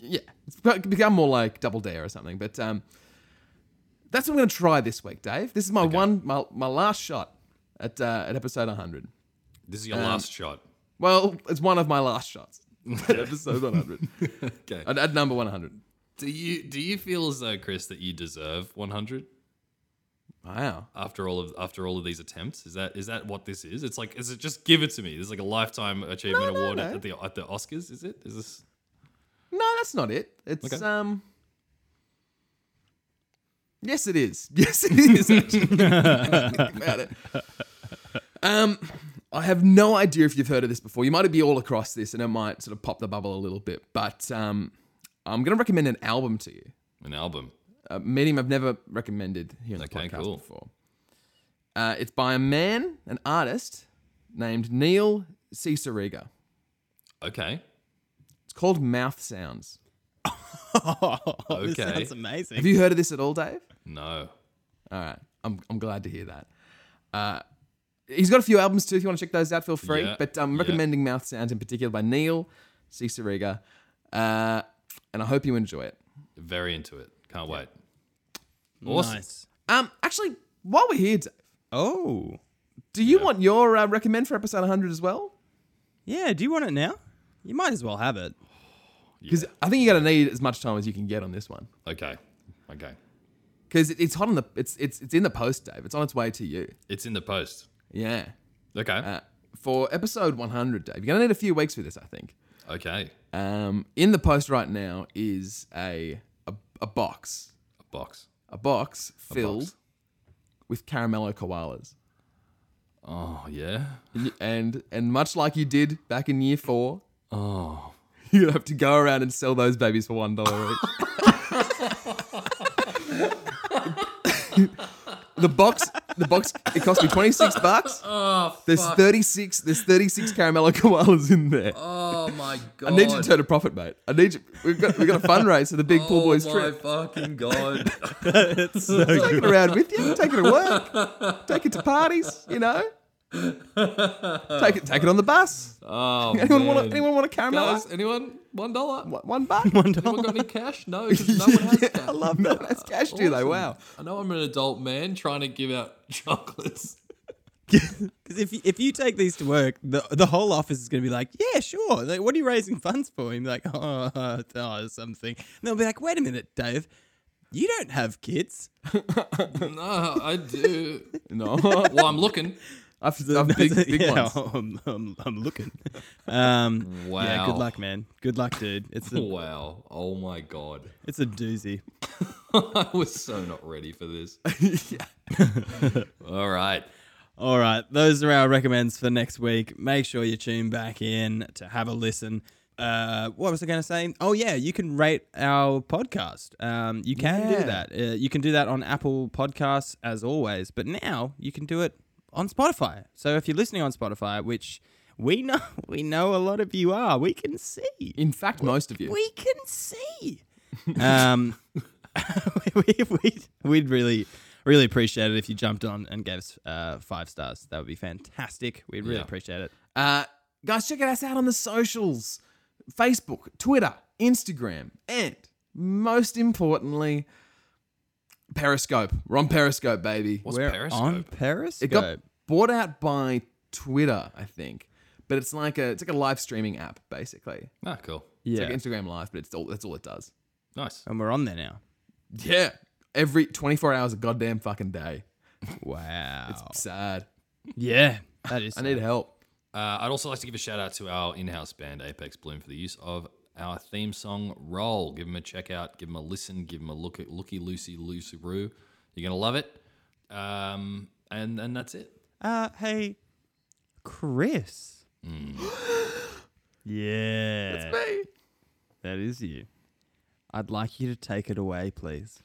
Speaker 4: yeah, it's be- become more like Double Dare or something. But um, that's what I'm going to try this week, Dave. This is my one, my, my last shot at uh, at episode 100.
Speaker 2: Um, This is your last shot.
Speaker 4: Well, it's one of my last shots. Episode 100.
Speaker 2: Okay.
Speaker 4: At, at number 100.
Speaker 2: Do you do you feel as though Chris that you deserve 100
Speaker 4: Wow.
Speaker 2: after all of after all of these attempts? Is that is that what this is? It's like is it just give it to me? There's like a lifetime achievement
Speaker 4: No, no,
Speaker 2: award
Speaker 4: no.
Speaker 2: At, the, at the Oscars. Is it? Is this?
Speaker 4: No, that's not it. It's
Speaker 2: Okay.
Speaker 4: um. Yes, it is. Yes, it is. Actually, Think about it. Um, I have no idea if you've heard of this before. You might be all across this, and it might sort of pop the bubble a little bit. But um, I'm going to recommend an album to you. Uh,
Speaker 2: An album.
Speaker 4: A medium I've never recommended here on the
Speaker 2: Okay,
Speaker 4: podcast
Speaker 2: cool.
Speaker 4: before. Uh, it's by a man, an artist named Neil Ciceriga.
Speaker 2: Okay.
Speaker 4: It's called Mouth Sounds.
Speaker 1: okay. This
Speaker 2: Okay.
Speaker 1: sounds amazing.
Speaker 4: Have you heard of this at all, Dave?
Speaker 2: No.
Speaker 4: All right. I'm, I'm glad to hear that. Uh, he's got a few albums too. If you want to check those out, feel free.
Speaker 2: Yeah,
Speaker 4: But I'm
Speaker 2: yeah.
Speaker 4: recommending Mouth Sounds in particular by Neil Ciceriga. Uh, and I hope you enjoy it.
Speaker 2: Very into it. Can't wait. Awesome.
Speaker 1: nice.
Speaker 4: Um, actually, while we're here, Dave,
Speaker 1: Oh.
Speaker 4: do you want your uh, recommend for episode 100 as well?
Speaker 1: Yeah, do you want it now? You might as well have it.
Speaker 4: Because I think you're going to need as much time as you can get on this one.
Speaker 2: Okay. Okay.
Speaker 4: Because it, it's hot on the it's it's it's in the post, Dave. It's on its way to you.
Speaker 2: It's in the post.
Speaker 4: Yeah.
Speaker 2: Okay.
Speaker 4: Uh, for episode 100, Dave, you're going to need a few weeks for this, I think.
Speaker 2: okay.
Speaker 4: Um, in the post right now is a a, a box,
Speaker 2: A box.
Speaker 4: a box filled with caramello koalas,
Speaker 2: Oh yeah.
Speaker 4: and, and and much like you did back in year four,
Speaker 2: Oh.
Speaker 4: you have to go around and sell those babies for one dollar each. the box, the box, it cost me twenty six bucks. there's thirty six, there's thirty six caramello koalas in there.
Speaker 2: Oh my god.
Speaker 4: I need you to turn a profit, mate. I need you. We've got we've got a fundraiser for the big pool boys trip.
Speaker 2: Oh fucking god.
Speaker 4: take it around with you. Take it to work. Take it to parties. You know. Take it. Take it on the bus.
Speaker 2: Oh,
Speaker 4: Anyone want?
Speaker 2: man.
Speaker 4: A, anyone want a caramel?
Speaker 2: Guys, anyone? One dollar?
Speaker 4: One- One buck.
Speaker 2: Anyone got any cash? No, 'cause no one has
Speaker 4: yeah,
Speaker 2: that.
Speaker 4: I love that. That's cash too, though. Wow.
Speaker 2: I know I'm an adult man trying to give out chocolates.
Speaker 1: Because if, you- if you take these to work, the, the whole office is going to be like, yeah, sure. Like, what are you raising funds for? And you're like, oh, uh, oh, something. And they'll be like, wait a minute, Dave. You don't have kids.
Speaker 2: No, Uh, I do.
Speaker 4: No,
Speaker 2: Well, I'm looking.
Speaker 4: I've, I've big, big
Speaker 1: yeah,
Speaker 4: ones.
Speaker 1: I'm, I'm, I'm looking. Um, Yeah,
Speaker 2: Wow.
Speaker 1: good luck, man. Good luck, dude. It's a,
Speaker 2: Wow. Oh my god.
Speaker 1: it's a doozy.
Speaker 2: I was so not ready for this. All right.
Speaker 1: All right, those are our recommends for next week. Make sure you tune back in to have a listen. Uh, what was I going to say? Oh yeah, you can rate our podcast. Um, you can
Speaker 4: Yeah.
Speaker 1: do that. Uh, you can do that on Apple Podcasts as always, but now you can do it on Spotify. So if you're listening on Spotify, which we know we know a lot of you are, we can see.
Speaker 4: In fact, most of you.
Speaker 1: We can see. um, we, we'd, we'd really, really appreciate it if you jumped on and gave us uh, five stars. That would be fantastic. We'd really
Speaker 2: Yeah.
Speaker 1: appreciate it.
Speaker 4: Uh, guys, check us out on the socials Facebook, Twitter, Instagram, and most importantly, Periscope. We're on Periscope, baby.
Speaker 2: What's
Speaker 1: We're
Speaker 2: Periscope?
Speaker 1: on Periscope.
Speaker 4: It got bought out by Twitter, I think. But it's like a it's like a live streaming app, basically.
Speaker 2: Ah, cool.
Speaker 1: yeah,
Speaker 4: It's like Instagram Live, but it's all that's all it does.
Speaker 2: Nice.
Speaker 1: and we're on there now.
Speaker 4: Yeah. Every 24 hours a goddamn fucking day.
Speaker 1: Wow.
Speaker 4: Sad.
Speaker 1: yeah, that is.
Speaker 4: I need help.
Speaker 2: Uh, I'd also like to give a shout out to our in house band Apex Bloom for the use of our theme song Roll. Give them a check out, give them a listen, give them a look at Looky Lucy Lucy Roo. You're going to love it. Um, and, and that's it.
Speaker 1: Uh, hey, Chris. yeah,
Speaker 4: Hey.
Speaker 1: that is you. I'd like you to take it away, please.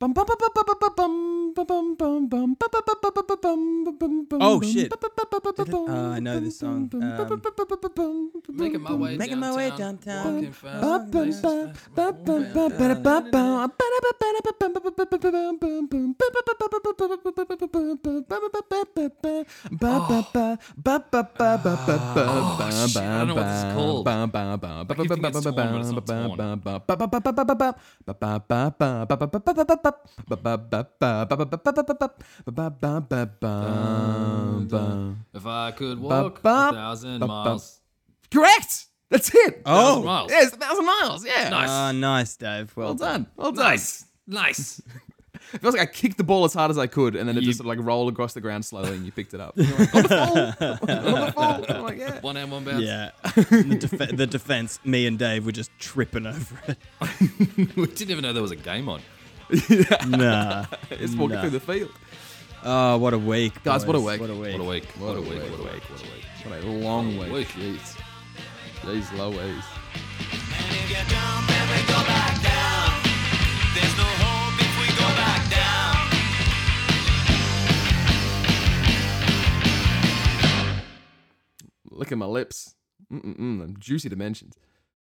Speaker 4: Bum, bum, bum, bum, bum, bum, bum, bum, bum, bum, bum, bum, bum, bum, bum, bum, bum, bum, bum, bum,
Speaker 1: Oh,
Speaker 4: bum,
Speaker 1: shit.
Speaker 4: bum, bum,
Speaker 1: Did
Speaker 4: bum, bum,
Speaker 1: it?
Speaker 4: bum,
Speaker 1: Oh, I know this song.
Speaker 4: bum, bum,
Speaker 1: Um,
Speaker 4: bum, bum, bum, bum, bum, bum,
Speaker 2: Making my way
Speaker 1: Making my
Speaker 2: downtown.
Speaker 1: way downtown.
Speaker 2: Walking fast.
Speaker 4: bum, bum,
Speaker 2: places
Speaker 4: bum,
Speaker 2: fast.
Speaker 4: bum, bum, bum, bada, bum, bum, bada, bum, bada, bum, bum, bum, bum, bum, bum, bum,
Speaker 2: I don't know what this is called. I keep thinking it's Torn, but it's not Torn.
Speaker 4: bum, bum, bum, bum,
Speaker 2: If I could walk
Speaker 4: ba-
Speaker 2: a thousand
Speaker 4: ba- ba-
Speaker 2: miles.
Speaker 4: Correct. That's it.
Speaker 2: Thousand
Speaker 1: Oh,
Speaker 2: miles.
Speaker 4: Yes, a thousand miles. Yeah.
Speaker 2: Nice.
Speaker 1: Ah, nice, Dave. Well,
Speaker 4: Well done. Well done.
Speaker 2: Nice. Nice.
Speaker 4: It feels like I kicked the ball as hard as I could, and then it
Speaker 2: You-
Speaker 4: just sort of like rolled across the ground slowly, and you picked it up. You're like, on the ball. on the ball. I'm like, yeah.
Speaker 2: One hand, one bounce.
Speaker 1: Yeah. the, def- the defense, me and Dave were just tripping over it.
Speaker 2: we didn't even know there was a game on.
Speaker 1: Nah.
Speaker 4: It's walking
Speaker 1: Nah.
Speaker 4: through the field.
Speaker 1: Oh, what a week.
Speaker 4: Guys, what a
Speaker 1: boys.
Speaker 4: week.
Speaker 1: What a week.
Speaker 2: What a week. What, a
Speaker 4: What a
Speaker 2: week.
Speaker 4: week.
Speaker 2: What a week. What a week.
Speaker 4: What a long way.
Speaker 2: week.
Speaker 4: Jeez. Jeez Louise.
Speaker 5: And if you're down, then we go back down. There's no hope if we go back down.
Speaker 4: Look at my lips. Mm-mm-mm. Juicy dimensions.